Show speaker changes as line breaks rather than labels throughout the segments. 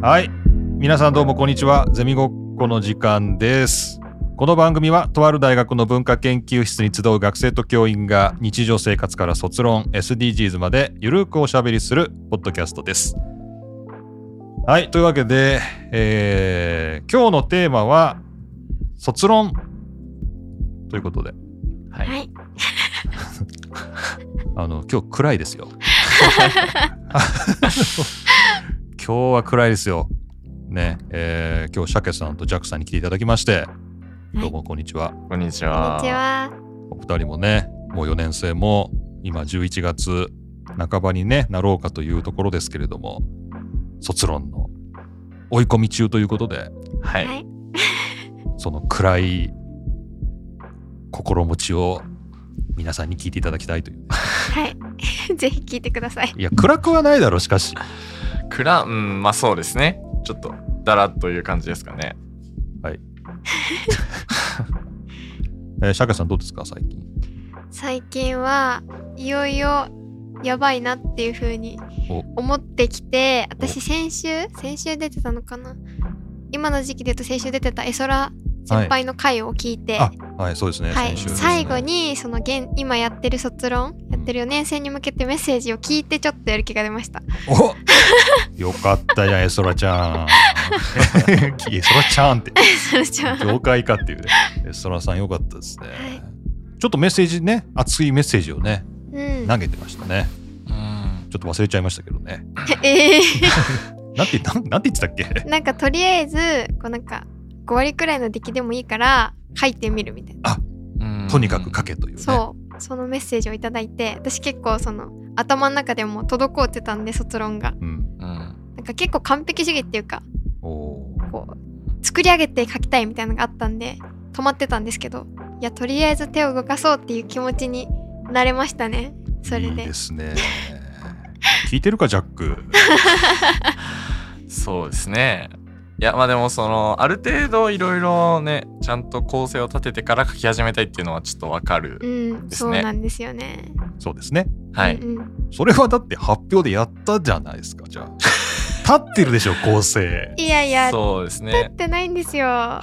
はい。皆さんどうもこんにちは。ゼミごっこの時間です。この番組はとある大学の文化研究室に集う学生と教員が日常生活から卒論、SDGs までゆるくおしゃべりするポッドキャストです。はい。というわけで、えー今日のテーマは卒論ということで、
はい
はい。
あの、今日暗いです よ。今日は暗いですよ。ね、えー今日、シャケさんとジャックさんに来ていただきまして、どうもこんにちは。
こんにち
こん
は。
にちは。
お二人もね、もう4年生も、今11月半ばにね、なろうかというところですけれども、卒論の追い込み中ということで、
はい。
はい。
その暗い心持ちを皆さんに聞いていただきたいという。
はい。 ぜひ聞いてください。
いや、暗くはないだろ、しかし。
暗、うん、まあそうですね。ちょっと、だらっという感じですかね。
えーシャケさんどうですか、最近。
最近はいよいよやばいなっていう風に
お
思ってきて、私先週先週出てたのかな。今の時期で言うと先週出てたエソラ先輩の回を聞いて、
あ
は、
はい、そうですね。
い、
先週ですね
最後にその現今やってる卒論、やってる4年生に向けてメッセージを聞いてちょっとやる気が出ました。
お よかったじゃん、エソラち ゃん。エソラちゃんって、
それじゃあ
業界かっていうね。エソラさんよかったですね
い。
ちょっとメッセージね、熱いメッセージをね、
うん。
投げてましたね。
うん。
ちょっと忘れちゃいましたけどね。
えー
なんて、なんなんて言ってたっけ
なんかとりあえずこうなんか5割くらいの出来でもいいから書いてみるみたいな、
とにかく書けというね。
そうそのメッセージをいただいて私結構その頭の中でも滞ってたんで卒論が
うん。
うん。
なんか結構完璧主義っていうか
お
こう作り上げて書きたいみたいなのがあったんで止まってたんですけどいやとりあえず手を動かそうっていう気持ちになれましたねそ
ー
れ
いい
で
ですね。聞いてるか、ジャッ ク。
そうですね。いや、まあでも、その、ある程度いろいろね、ちゃんと構成を立ててから書き始めたいっていうのはちょっとわかる。
うん
です
そ
ね
うなんですよね
そうですね。
はい。
うんうん
それはだって発表でやったじゃないですか、じゃあ。立ってるでしょ、構成。
いやいや立
そうですね
っ。てないんですよ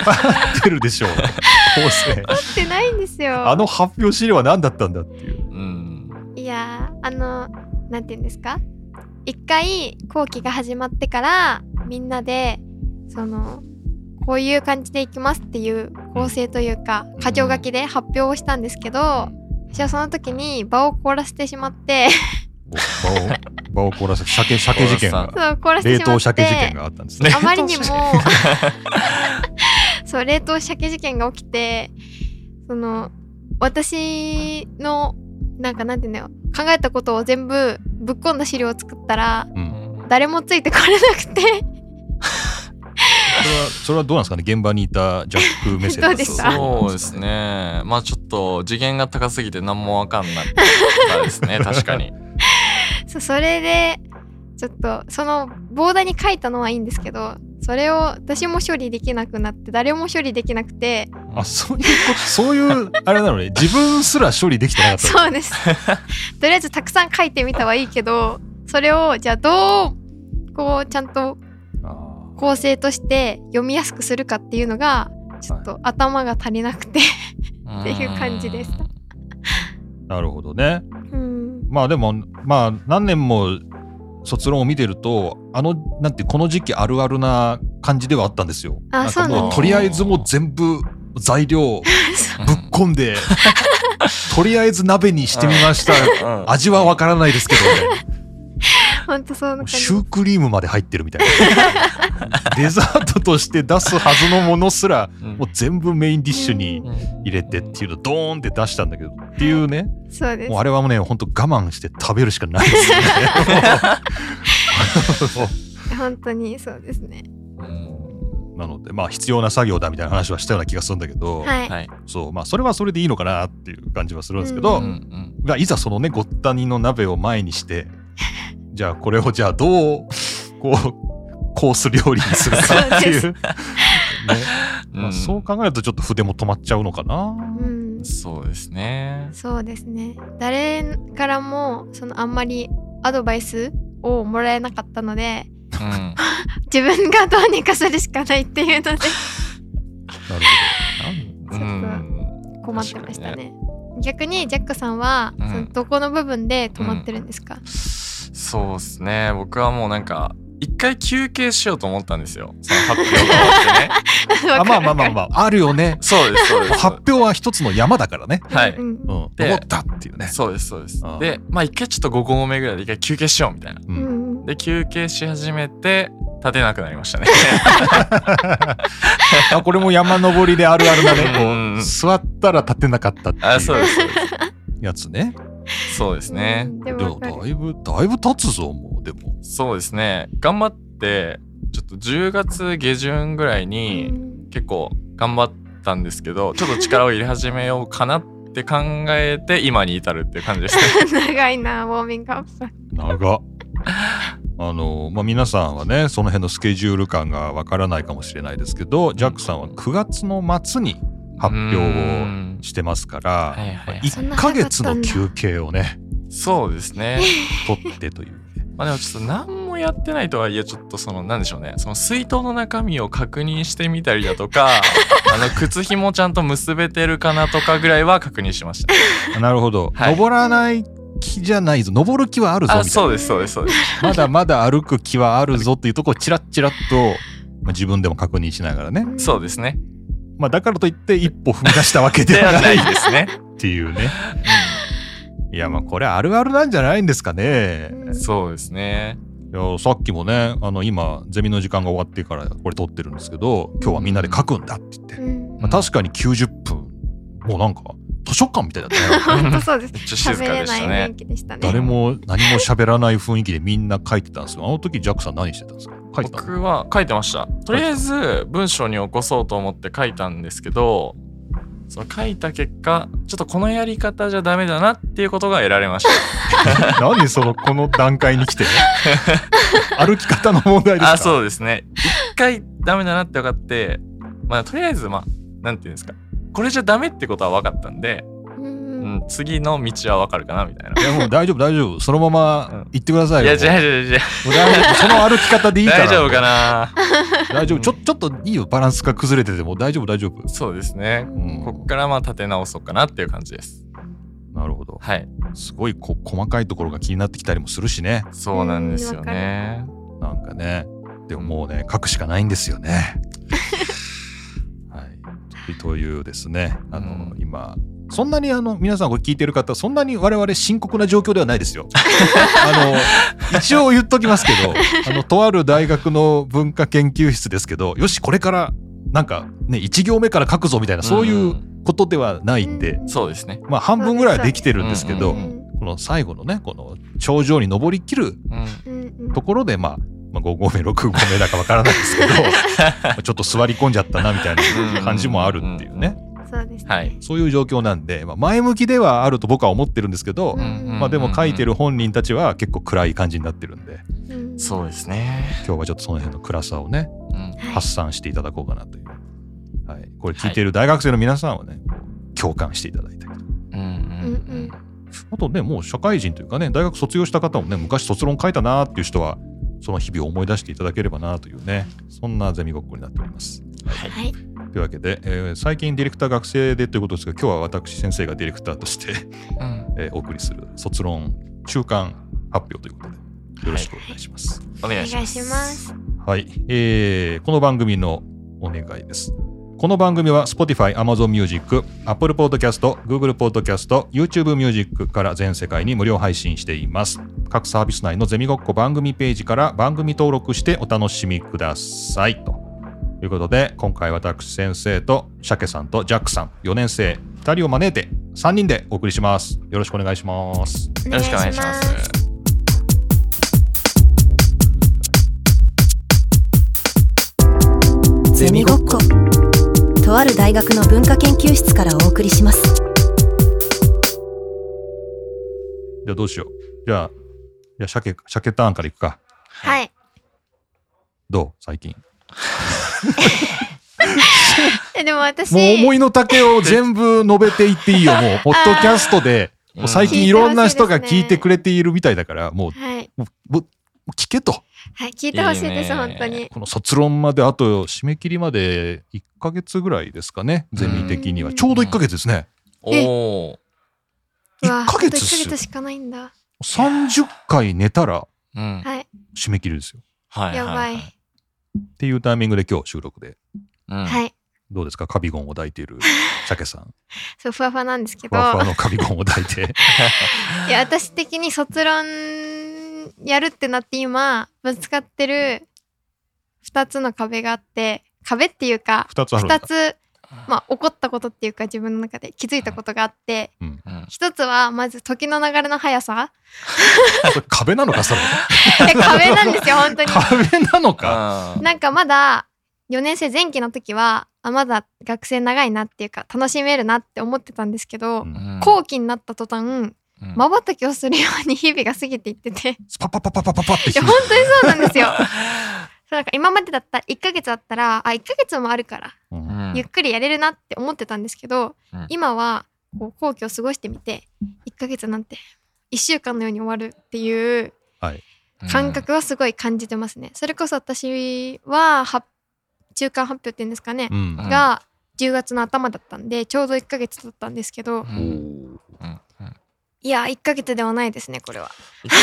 立ってるでしょ、構成。
立ってないんで すよ
あの発表資料は何だったんだっていう。
うん。
いやーあのなんて言うんですか一回後期が始まってからみんなでそのこういう感じでいきますっていう構成というか
ん
箇条書きで発表をしたんですけど私はその時に場を凍らせてしまって
場を場を凍らせ鮭鮭事件が
凍
そう凍らせて
冷
しま
凍
っ
鮭事件
て
があったんですね。
あまり にも
冷 凍
そう冷凍鮭事件が起きてその私のなんかなんて言うんだよ考えたことを全部ぶっ込んだ資料を作ったら
うん、
誰もついてこれなく
そ
て
れはそれはどうなんですかね現場にいたジャックメッセージ
どうでした
そうです。ね。まあちょっと次元が高すぎて何もわかんなかったです ね。確かに。
そうそれでちょっとそのボーダーに書いたのはいいんですけどそれを私も処理できなくなって誰も処理できなくて
あそういうことそういうあれなのね自分すら処理できてなかった。
そうです とりあえずたくさん書いてみたはいいけどそれをじゃあどうこうちゃんと
あ
構成として読みやすくするかっていうのがちょっと頭が足りなくて
って
いう感じでし
ー
た
なるほどね。
うん
まあでもまあ何年も卒論を見てるとあのなんてこの時期あるあるな感じではあったんですよ。
あ
なんか
そうなん
もう
だ
とりあえずもう全部材料ぶっ込ん でとりあえず鍋にしてみました。
うん
味はわからないですけど、
ほんとそんな感じ
シュークリームまで入ってるみたいなデザートとして出すはずのものすらもう全部メインディッシュに入れてっていうのドーンって出したんだけどっていうね
そうです
もうあれはもうねほんと我慢して食べるしかないですよね
本当にそうですね
なのでまあ必要な作業だみたいな話はしたような気がするんだけど、
はい、
はい。
そうまあそれはそれでいいのかなっていう感じはするんですけど、
うん
う
うん
がいざそのねごった煮の鍋を前にして じゃあこれをじゃあどうこうコース料理にするかってい
そ
。
う
ねま
う
あ、
ん
そう考えるとちょっと筆も止まっちゃうのかな。
うん、
そうですね。
そうですね誰からもそのあんまりアドバイスをもらえなかったので
うん。
自分がどうにかするしかないっていう ので
なる
ちょっと
うん
困ってましたね逆にジャックさんは、
うん
そのどこの部分で止まってるんですか、
そうですね。僕はもうなんか、一回休憩しようと思ったんですよ。その発表が終わってね。
ほど。あまあまあまあ
あ。
まあ、あるよね。
そうです、そうです。
発表は一つの山だからね。
はいう
ん
うん。
で
思ったっていうね。
そうです、そうです
ああ。
で、まあ一回ちょっと5合目ぐらいで一回休憩しようみたいな。
う
うん
ん。
うん
で、休憩し始めて、立てなくなりましたね。
あ、これも山登りであるあるだ
う
ね。
ん
こう、座ったら立てなかったってい
あ、そう
う
です、そうで
やつね。
す。そうですね
う。んで
で
もわ
も、
か
だ
る
いぶ、だいぶ経つぞ、もう、でも。
そうですね。頑張って、ちょっと10月下旬ぐらいうに、
ん
結構頑張ったんですけど、ちょっと力を入れ始めようかなって考えて、今に至るっていう感じですね。
長いなウォーミングアップ
長っ あのまあ、皆さんはねその辺のスケジュール感がわからないかもしれないですけどジャックさんは9月の末に 発表
う
を
ん
してますから、
はいはいはい
一1ヶ月の休憩をね
そうですね。
取ってというね
まあでもちょっと何もやってないとはいえちょっとそのなんでしょうねその水筒の中身を確認してみたりだとか あの靴ひもちゃんと結べてるかなとかぐらいは確認しました、
あなるほ ど、
はい
登らない気じゃないぞ登る気はあるぞ
あ
みたい
そ
な
うですそうですそうです
まだまだ歩く気はあるぞっていうところをチラッチラッと、まあ、自分でも確認しながらね、
そうですね
まあ、だからといって一歩踏み出したわけで
で
は
は
な
ないい
っ
ですね、
ていうね。いやまあこれあるあるなんじゃないんですかね。
うんそうですね
いやさっきもねあの今ゼミの時間が終わってからこれ撮ってるんですけど今日はみんなで書くんだって言って、
うん
まあ、確かに90分もうなんか図書館みたいだ ったね
本当そうです
めっちゃ 静
喋
か
れ
で
ない
した
雰囲
ね
気でしたね
誰も何も喋らない雰囲気でみんな書いてたんですよあの時ジャックさん何してたんですか書いてたの
僕は書いてましたとりあえず文章に起こそうと思って書いたんですけどその書いた結果ちょっとこのやり方じゃダメだなっていうことが得られました
何そのこの段階に来 て歩き方の問題ですか
あ
う
そうですね一回ダメだなって分かってまあとりあえずまあなんていうんですかこれじゃダメってことは分かったんで、
うん
う
うん
ん、次の道は分かるかなみたいない
やもう大丈夫大丈夫そのまま行ってください
い
よ
や違う違う違う
もう大丈夫その歩き方でいいから
大丈夫かな
大丈夫ちょちょっといいよバランスが崩れてても大丈夫大丈夫、
そうですね
うん、
こっからまあ立て直そうかなっていう感じです
なるほど
はい
すごいこ細かいところが気になってきたりもするしね
そうなんですよね
なんかねでももうね書くしかないんですよね。はい、というですねあの、
うん
今そんなにあの皆さんこれ聞いてる方そんなに我々深刻な状況ではない ですよ。あの一応言っときますけどあのとある大学の文化研究室ですけどよしこれからなんかね1行目から書くぞみたいなそういううことではないんで、
そうですね
まあ半分ぐらいはできてるんですけど、
うん
この最後のねこの頂上に登りきる
うん
うん
ところで、まあ、まあ5合目6合目だかわからないです けどまあちょっと座り込んじゃったなみたいな感じもあるっていうね
そうですね
はい
そういう状況なんで、まあ、前向きではあると僕は思ってるんですけど、
うん
まあ、でも書いてる本人たちは結構暗い感じになってるんで
うん
そうですね
今日はちょっとその辺の暗さをね
うん
はい
発散していただこうかなという、はい、これ聞いてる大学生の皆さんはねこう共感していただいたりと
うんうん
あとねもう社会人というかね大学卒業した方もね昔卒論書いたなーっていう人はその日々を思い出していただければなというねそんなゼミごっこになっております。
はい
はい
というわけで、えー最近ディレクター学生でということですが今日は私先生がディレクターとして、
うん
えーお送りする卒論中間発表ということでよろしくお願いします。
お
お
願
願
い
い
しま
し
す
ます
はい、えーこの番組のお願いです。この番組は Spotify、Amazon Music、Apple Podcast、Google Podcast、YouTube Music から全世界に無料配信しています。各サービス内のゼミごっこ番組ページから番組登録してお楽しみください。ということで、今回私先生とシャケさんとジャックさん、4年生2人を招いて3人でお送りします。よろしくお願いします。
よ
よろしくお願いします。
ゼミごっこ。とある大学の文化研究室からお送りします。
じゃあどうしよう。じゃあ、じゃあシャケ、シャケターンからいくか。
はい
どう最近。
えでも私
もう思いの丈を全部述べていっていい よ、もう。ポッドキャストで、もう最近いろんな人が聞いてくれているみたいだから、もう
はい
もう、聞けと。
はい、聞いてほしい
いい
で
ね
す、本当に。
この卒論まであと締め切りまで1ヶ月ぐらいですかね、ゼミ的には。
うん
ちょうど1ヶ月ですね。
え
おお。
うわ、
1ヶ
ほんと
月っす
1ヶ
よ
月。しかないんだ。
30回寝たら
うん。
はい、
締め切りですよ。
はい。
やばい。
っていうタイミングで今日収録で。
うん。
はい。
どうですかカビゴンを抱いてい る鮭さん。
そう、ふわふわなんですけ
ふ
ど、
わふわのカビゴンを抱いて。
いや、私的に卒論やるってなって今、ぶつかってる2つの壁があって、壁っていうか、
2つあるんだ
2。つ、まあ、起こったことっていうか、自分の中で気づいたことがあって、
うん。
一つは、まず時の流れの速 さ。
それ壁なのか、それ。
いや壁なんですよ、本当に。
壁なのか。
あー
なんかまだ4年生前期の時はあまだ学生長いなっていうか楽しめるなって思ってたんですけど、
うん
うん
後期になった途端
うん
まばたきをするように 日々が過ぎていっててい
スパパパパパパパって
や本当にそうなんです よ。そうなんか今までだったら1ヶ月あったらあ1ヶ月もあるから
うん
うん
ゆっくりやれるなって思ってたんですけど、
うん
今はこう後期を過ごしてみて1ヶ月なんて1週間のように終わるっていう感覚はすごい感じてますね。それこそ私は発中間発表っていうんですかね、
うん
うん
が10月の頭だったんでちょうど1ヶ月だったんですけど
うんう
お
ん
ー
うんうん
いや1ヶ月ではないですねこれは
一ヶ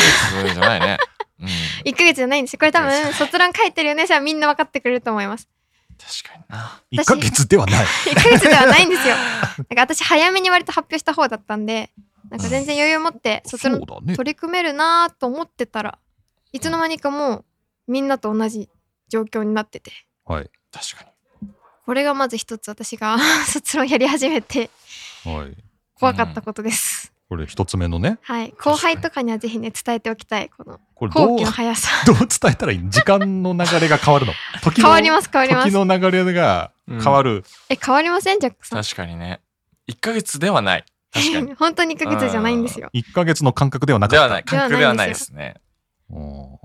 月じゃないね。うん。
1ヶ月じゃないんですよこれ多分卒論書いてるよねさんみんな分かってくれると思います
確かにな。
1ヶ月では ない。
1ヶ月ではない んですよなんか私早めに割と発表した方だったんでなんか全然余裕持って
そう
卒論
だね。
取り組めるなと思ってたらいつの間にかもうみんなと同じ状況になってて
はい。
確かに。
これがまず一つ私が 卒論やり始めて
はい。
怖かったことです、
これ一つ目のね。
はい後輩とかにはぜひね伝えておきたいこの
これど
後
う
期の速さ
どう伝えたらいいの時間の流れが変わる の。時の
変わります変わりま
時
す
の流れが変わる。
え変わりませんジャックさん
確かにね。一ヶ月ではない。確かに。
本当に1ヶ月じゃないんですよ
一ヶ月の間隔ではな
で
かっ
は
た。
ない。感覚ではないですね。
うん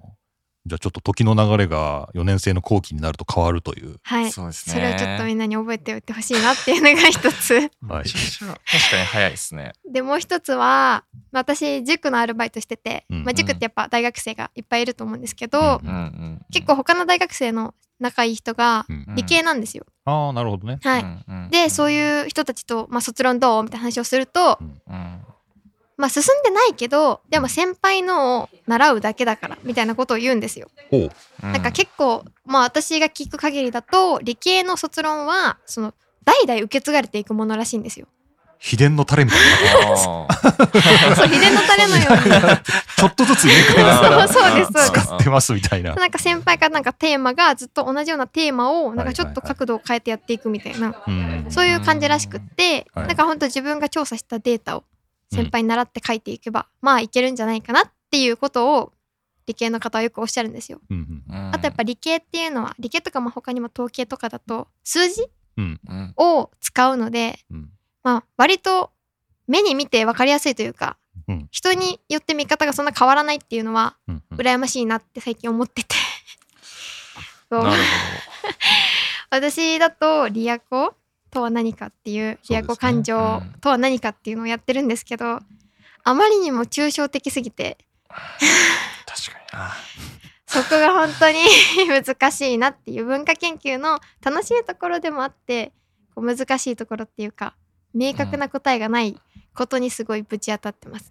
じゃあちょっと時の流れが4年生の後期になると変わるという。
はいそ,、
そうですね。
れをちょっとみんなに覚えておいてほしいなっていうの が一つ
はい
めちゃくちゃ確かに早いですね。
でもう一つはまあ私塾のアルバイトしてて、
うん
まあ、塾ってやっぱ大学生がいっぱいいると思うんですけど、
うん
うんうん。
結構他の大学生の仲いい人が
うん
理系なんですよ、
ああ、なるほどね。
はい、
い
でそう
う
いう人たちと、まあ、卒論どうみたいな話をすると、
んうん。
まあ、進んでないけどでも先輩のを習うだけだからみたいなことを言うんですよ
おう。
うん
なんか結構、まあ私が聞く限りだと理系の卒論はその代々受け継がれていくものらしいんですよ。
秘伝のタレみたいな。
構
そう秘伝のタレのように
ちょっとずつ入れ替えながら
そうそうですそうです
使ってますみたいな。
なんか先輩からなんかテーマがずっと同じようなテーマをなんかちょっ
はいはい
と
はい
角度を変えてやっていくみたいな
うん
そういう感じらしくって
はい
なんか本当自分が調査したデータを先輩に習って書いていけばまあいけるんじゃないかなっていうことを理系の方はよくおっしゃるんですよ。
うん
あとやっぱ理系っていうのは理系とかまあ他にも統計とかだと数字
うん
を使うので
うん
まあ、割と目に見て分かりやすいというか、
うん
人によって見方がそんな変わらないっていうのは
うんうん
羨ましいなって最近思っ ててそう
なる
私だとリアコとは何かっていうリア
そうですね
コ感情とは何かっていうのをやってるんですけどあまりにも抽象的すぎて
ほど。確かにな。
そこが本当に 難しいなっていう文化研究の楽しいところでもあってこう難しいところっていうか明確な答えがないことにすごいぶち当たってますね。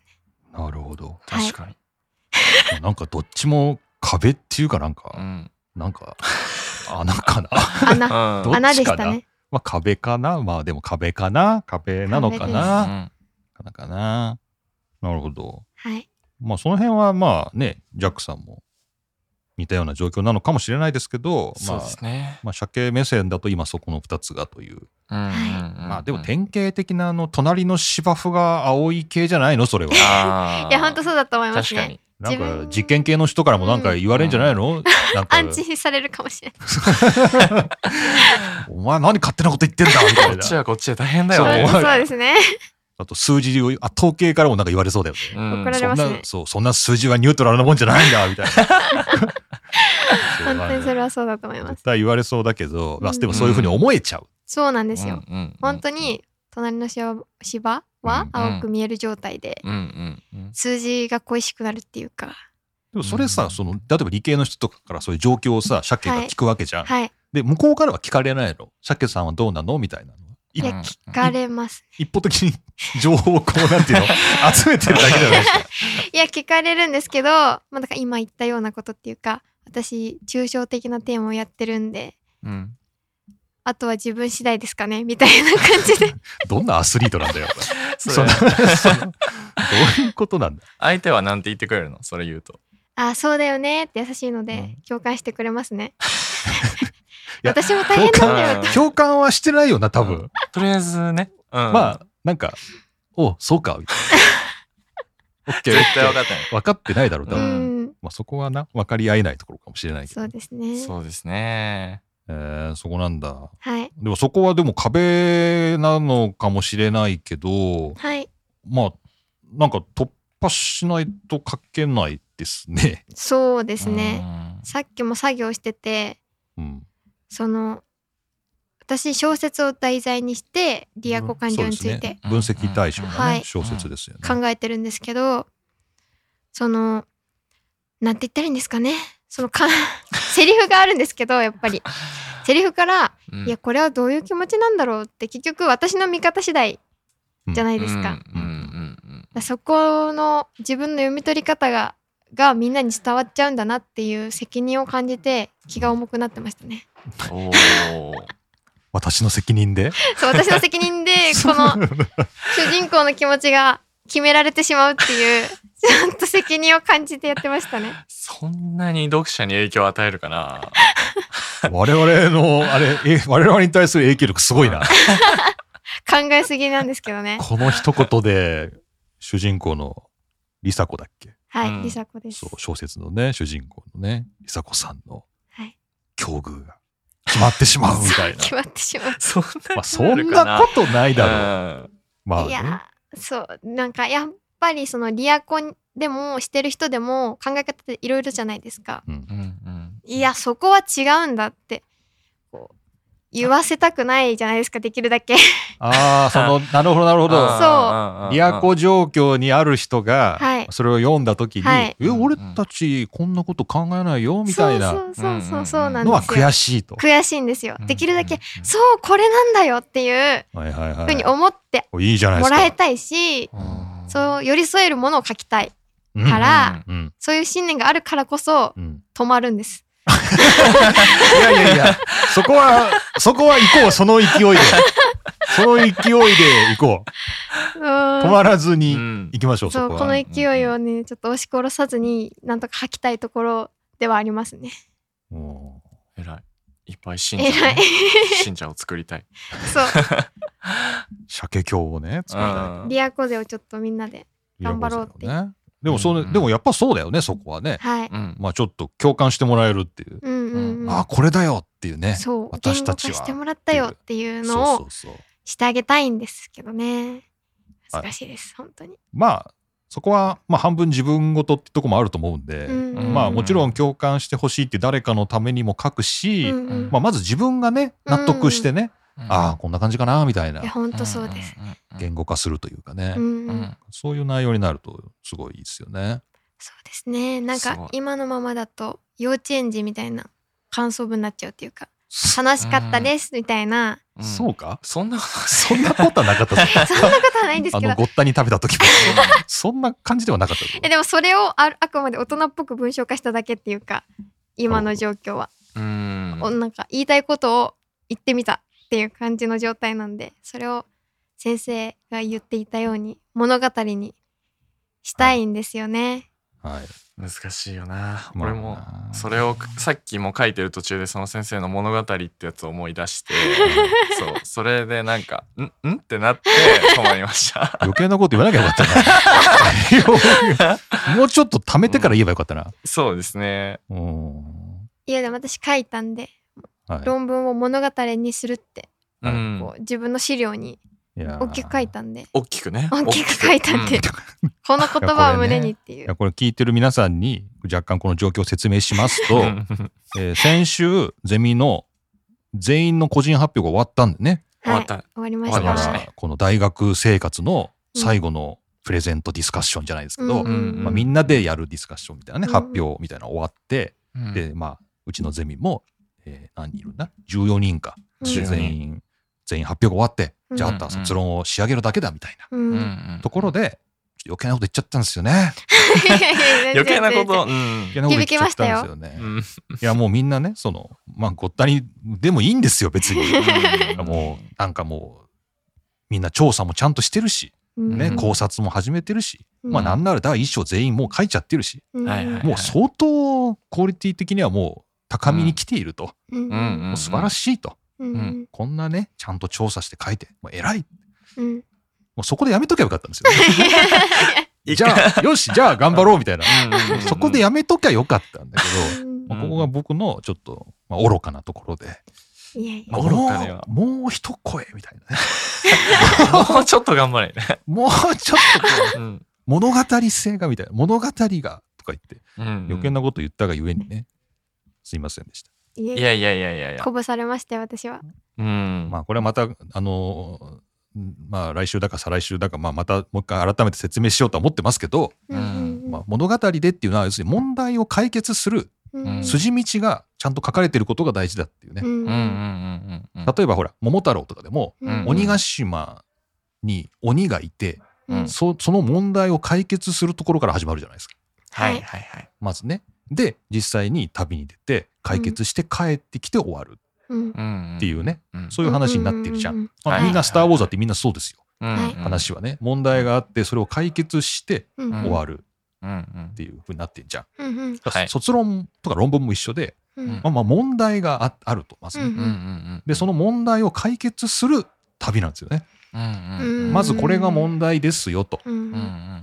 なるほど。
はい
確かに。
なんかどっちも壁っていうかなん
う
か、
ん
なんか、穴かな。
穴
うん
どっ
穴
ち
で
か
し
な
たね。
まあ壁かなまあでも壁かな壁なのか
壁です
う
なんかなかななるほど。
はい。
まあその辺はまあね、ジャックさんも似たような状況なのかもしれないですけど、
そ
ま
う
あ
で、すね。
まあ鮭目線だと今そこの2つがという。ま
ま
あでも 典型的なあの隣の芝生が青い系じゃないのそれは。
あー
いや、本当そうだと思いま
確
す
か
ね。
に。
なん
自
か
分
実験系の人からもなんか言われんじゃないの、なんか
アンチされるかもしれない。
お前何勝手なこと言ってんだみた
こ
い
っ
な。
ちはこっちで大変だ
そう
よ
本
ね。
当そうですね。
あと数字をあ統計からもなんか言われそうだよね。
うん
怒られます
そん
ね
な。そうそんな数字はニュートラルなもんじゃないんだみた いなそう
本当にそれ
あ
はそうだと思い
の
ます
絶。対言われそうだけど、まあ
うん
でもそういうふうに思えちゃう、
そうなんですよ。
うんうん
本当に隣の芝芝は
うん
青く見える状態で
うんうんうん
数字が恋しくなるっていうか、
でもそれさ、
うん
その例えば理系の人とかからそういう状況をさ鮭が聞くわけじゃん、
はい。
で向こうからは聞かれないの鮭さんはどうなのみたいなのい
いや、
うん
聞かれます。
一方的に情報をこうなんていうの集めてるだけじゃないですか
いや、聞かれるんですけど、まあ、なんか今言ったようなことっていうか、私、抽象的なテーマをやってるんで、
うん
あとは自分次第ですかねみたいな感 じで。
どんなアスリートなんだ よ
そ
そん
れ
なそのどういうことなんだ
相手はなんて言ってくれるのそれ言うと
あ、そうだよねって優しいので、
うん。
共感してくれますね
いや
私も大変なんだよって。
共感はしてないよな多分、
うんとりあえずね、うん、
まあなんかおそうかみたい なオッケーオッ
絶
ケ
対分
ー
かったね
分かってないだろう多
う
分、
ん
ん、
まあ、そこはな分かり合えないところかもしれないけど
そうですね。
そうですね
えーそこなんだ
はい。
でもそこはでも壁なのかもしれないけど
はい。
まあなんか突破しないと書けないです ね。
そうで
です
ね。さっきも作業してて、
うん、
その、私、小説を題材にして、リアコ感情につ
そうで
い
す
て
ね、分析対象がね、
はい
小説ですよね。
考えてるんですけど、その、なんて言ったらいいんですかね。そのか、 セリフがあるんですけど、やっぱ り。セリフから、いやこれはどういう気持ちなんだろうって結局私の見方次第じゃないですか。だか
うんうんうん
らそこの自分の読み取り方ががみんなに伝わっちゃうんだなっていう責任を感じて気が重くなってました ね。
うんおー
私の責任で
そう私の責任で この主人公の気持ちが決められてしまうっていうちょっと責任を感じてやってましたね。
そんなに読者に影響を与える かな
我々のあれえ我々に対する影響力すごいな
考えすぎなんですけどね。
この一言で主人公の梨紗子だっけ
は
うん
い、りさこです
そ。う小説のね主人公のね梨紗子さんの
はい。
境遇が決まってしまうみたいな。
決まってしまう。
そん
まあ、そ
なに
ん
るかな
なことないだろう。
うん
まあ、
い
ね、
やそうなんかやっぱりそのリアコンでもしてる人でも考え方っていろいろじゃないですか
うん
うんうん
いやそこは違うんだってこう言わせたくないじゃないですかできるだけ
ああ、その、なるほど、なるほど。
あー
リアコ状況にある人が
はい
それを読んだ時に「
はい
え俺たちこんなこと考えない よ」みたいな
そうそうそうそうそうなん
の
で
は
すよ
悔しいと。
悔しいんですよできるだけ
う
そうこれなんだよっていう
はいはい
ふうに
は
思って
い。いいじゃないで
も
す
らえ
か。
たいし
んうんうん
そう寄り添えるものを書きたい
うん
から
うん
そういう信念があるからこそ
うん
止まるんです
いやいやいやそこはそこは行こうその勢いでその勢いで行こ
う
う
ーん
止まらずに
うん
行きましょう
そ
そうこ
こ
は。
の勢いをねちょっと押し殺さずになんとか吐きたいところではありますね。
うん
えらいいっぱい信 者
偉い
信者を作りたい
そう
鮭鏡をね作りた
うん
リアコゼをちょっとみんなで
い
頑張ろうって
ねでもそれ
うん
でもやっぱそうだよねそこはね
はい。
うん
まあちょっと共感してもらえるっていう
うんうんうん。
ああこれだよっていうね
そう
私たち
言
は
語化してもらったよっていうの
そうそ
を
うそう
してあげたいんですけどね。
はい
難しいです本当に。
まあそこはまあ半分自分事ってとこもあると思うんで、
うんうん
まあ
う
もちろん共感してほしいって誰かのためにも書くし、
うんうん
まあ、まず自分がね納得してね、ああこんな感じかなみたいない
や本当そうです。
うんうんうん
言語化するというかね、
うん
う
うん。
ん
そういう内容になるとすごいいいですよね。
そうですね。なん
すごい
か今のままだと幼稚園児みたいな感想文になっちゃうっていうか楽しかったですみたいな
うん
そうか
そんなこと
そんなことはな かったです
そんなことはないんです
あ
けど
のごったに食べた時もそんな感じではなかった
えでもそれをああくまで大人っぽく文章化しただけっていうか今の状況は、
うん
おなんか言いたいことを言ってみたっていう感じの状態なんでそれを先生が言っていたように物語にしたいんですよね。
はい、
難しいよな
まあ
俺もそれをさっきも書いてる途中でその先生の物語ってやつを思い出して そうそれでなんか「んん?」って なって止まりました
余計なこと言わなきゃよかったなもうちょっと貯めてから言えばよかったな。
そうですね
うん
いやでも私書いたんで
は
論文を物語にするって
う
こ
ん
う自分の資料に
い、いや
大きく書いたん で
大きくね
大きく書いたんで、この言葉を胸にってい。
いう やこれ聞いてる皆さんに若干この状況を説明します
う
と、
ん
えー先週ゼミの全員の個人発表が終わったんでね
終わ
は
っ
い、終
た
わりま
だ
終わ
か
りました
ね
らこの大学生活の最後のプレゼントディスカッションじゃないですけど、
うん
まあ、みんなでやるディスカッションみたいなね、
うん
発表みたいなの終わって、
うん
でまあうちのゼミも、えー何人いるんだ14人か、
うん
で全員全員発表が終わって、
うん
じゃああとは卒論を仕上げるだけだみたいな
う
うん
ん
う
い
ん
ところで、ちょっと余計なこと言っちゃったんですよね。
やいやいや
余計なこ
全然
と、うん
余計なこと言っちゃったんですよね。
うん
いやもうみんなねそのまあごったにでもいいんですよ別 に。
うん
もうなんかもうみんな調査もちゃんとしてるし、
全
ね
然
考察も始めてるし、
うん
まあなんなら第一章全員もう書いちゃってるし、
うん
はいはい
もう相当クオリティ的にはもう高みに来ていると、
う
うん
ん
う
も
ん
う素晴らしいと、
うん
こんなねちゃんと調査して書いてもう偉い
うん
もうそこでやめとけばよかったんですよ、ね。じゃあよ しじゃあ頑張ろうみたいな
うん
そこでやめときゃよかったんだけど。
うん
まあ、ここが僕のちょっと、まあ、愚かなところで、
いやいや
まあ
愚かでは
もうもう一声みたいなね
もうちょっと頑張れ。
もうちょっとこう
うん
物語性がみたいな物語がとか言って余計。なこと言ったがゆえにねすいませんでした、
いや
い
いや
やいやいやいやいや
こ。ぼされましたよ私は
うん
まあこれはまたあのーんまあ来週だか再来週だか、まあ、またもう一回改めて説明しようとは思ってますけど、
うんうん
まあ、物語でっていうのは要するに問題を解決する
うん
筋道がちゃんと書かれてることが大事だっていうね、
うん
うんうんうんうんうん。
例えばほら「桃太郎」とかでも
うん
うん
鬼ヶ島に鬼がいて、
うん
そその問題を解決するところから始まるじゃないですか
はいはいはい。
まずね。で実際に旅に出て解決して帰ってきて終わる
うん
うん
っていうね、
うん
そういう話になってるじゃん。
うう
まあ
はい
みんな「スター・ウォーズ」だってみんなそうですよ、
うん
はい
話はね問題があってそれを解決して
うんうん
終わる
うんうん
っていうふうになってんじゃん。
うんうん
だから
はい
卒論とか論文も一緒で、
うん
うん
まあ、まあ問題がああるとまずね、
うん
うんうんうん。
でその問題を解決する旅なんですよね。
うんうんうん
まずこれが問題ですよと。
うん
うんうん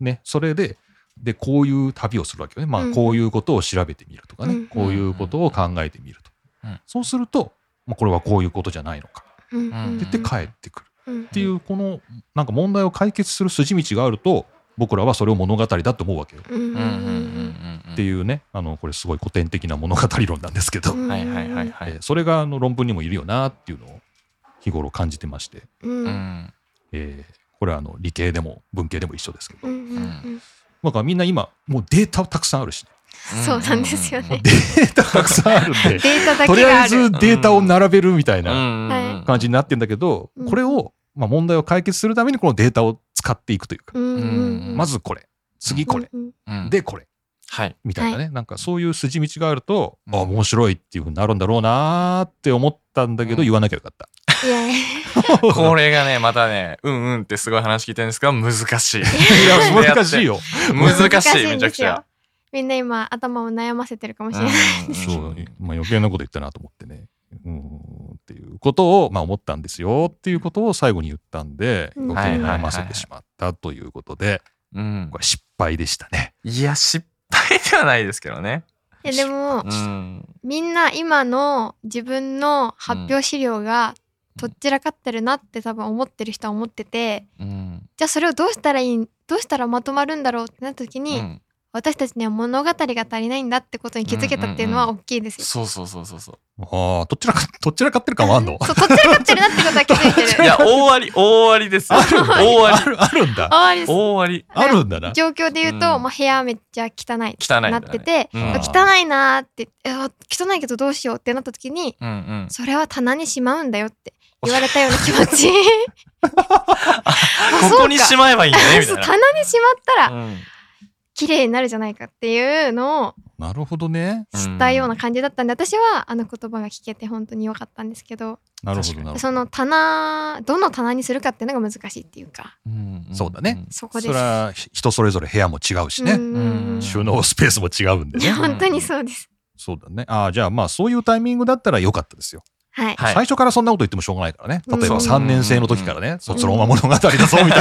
ね、それででこういう旅をするわけよね、ま
う
あ、
ん
こういうことを調べてみるとかね、
うん
こういうことを考えてみると、
うん
そうすると、まあ、これはこういうことじゃないのか
うん
うん
って言って帰ってくる
うん
っていうこのなんか問題を解決する筋道があると僕らはそれを物語だと思うわけよ。
うんうん
うんうんうんうん。
っていうねあのこれすごい古典的な物語論なんですけど、
うん
はいはいはいは
え
い
ー。それがあの論文にもいるよなっていうのを日頃感じてまして、
うん
う
うん
ん
えーこれはあの理系でも文系でも一緒ですけど、
うんうん
なんかみんな今もうデータたくさんあるし、
そうなんですよね
データたくさんあるんで
データだ
と
け
りあ
があ
え
る
ずデータを並べるみたい
うん
な
うんうん。
感じになってんだけど、
うん
これを、まあ、問題を解決するためにこのデータを使っていくというか、
うんうんうん
まずこれ次これ、
うん
うん。
でこれ
はい。
みたいなね、なんかそういう筋道があると、
うん
あ面白いっていうふうになるんだろうなーって思ったんだけど、
うん
言わなきゃよかった。
うんいやいや
これがね、またね、うんうんってすごい話聞いてるんですが、難し い。
いや難しいよ。
ん
難しい、めちゃ
で
く
す
ちゃ
よ。みんな今頭を悩ませてるかもしれない
そう
うんうんうん
まあ、余計なこと言ったなと思ってね。うーんっていうことを、まあ、思ったんですよっていうことを最後に言ったんで
うん
余計悩ませてしまったということで
うん
これ失敗でしたね。
いや、失敗ではないですけどね。
いやでも
うん。
みんな今の自分の発表資料がとっちらかってるなって多分思ってる人は思ってて
うん。
じゃあそれをどうしたらいいんどうしたらまとまるんだろうってなった時
う
に、
ん
私たちには物語が足りないんだってことに気づけたっていうのは大きいですよ。
そうそうそうそうそ。
ああ、どちらか、 どちらかってる感はあ んの
そうとっちらかってるなってことは気づいうて
い
る。
や、大あり、大ありですよ。 大あ
あ
り。
る、あ るんだ。
ああれです
大あり。
あるんだな。
状況で言うと、
うん
まあ、部屋めっちゃ汚い
汚いんだね
なってて、
うん
あー
汚いなーってえー汚いけどどうしようってなった時に
うんうん。
それは棚にしまうんだよ って言われたような気持ち あそうか
ここにしまえばいいんだね、みた
そ
いうな。
棚にしまったら
うん
綺麗になるじゃないかっていうのを
なるほどね。
知ったような感じだったんで私はあの言葉が聞けて本当に良かったんですけど
なるほど、
確かに
なるほ
その棚どの棚にするかっていうのが難しいっていうか
うんん
そうだね
そこ
ど。そ
です
れは人それぞれ部屋も違うし
う
ね。
ん
うん
収納スペースも違うんで
いや
ね。
本当にそうです
そうだね。ああ、じゃあまあそういうタイミングだったら良かったですよ。
はい
は
最
い
初からそんなこと言ってもしょうがないからね。例え
う
ば
ん
3年生の時からね、卒論は物語だぞみたいな。
それ
うんうん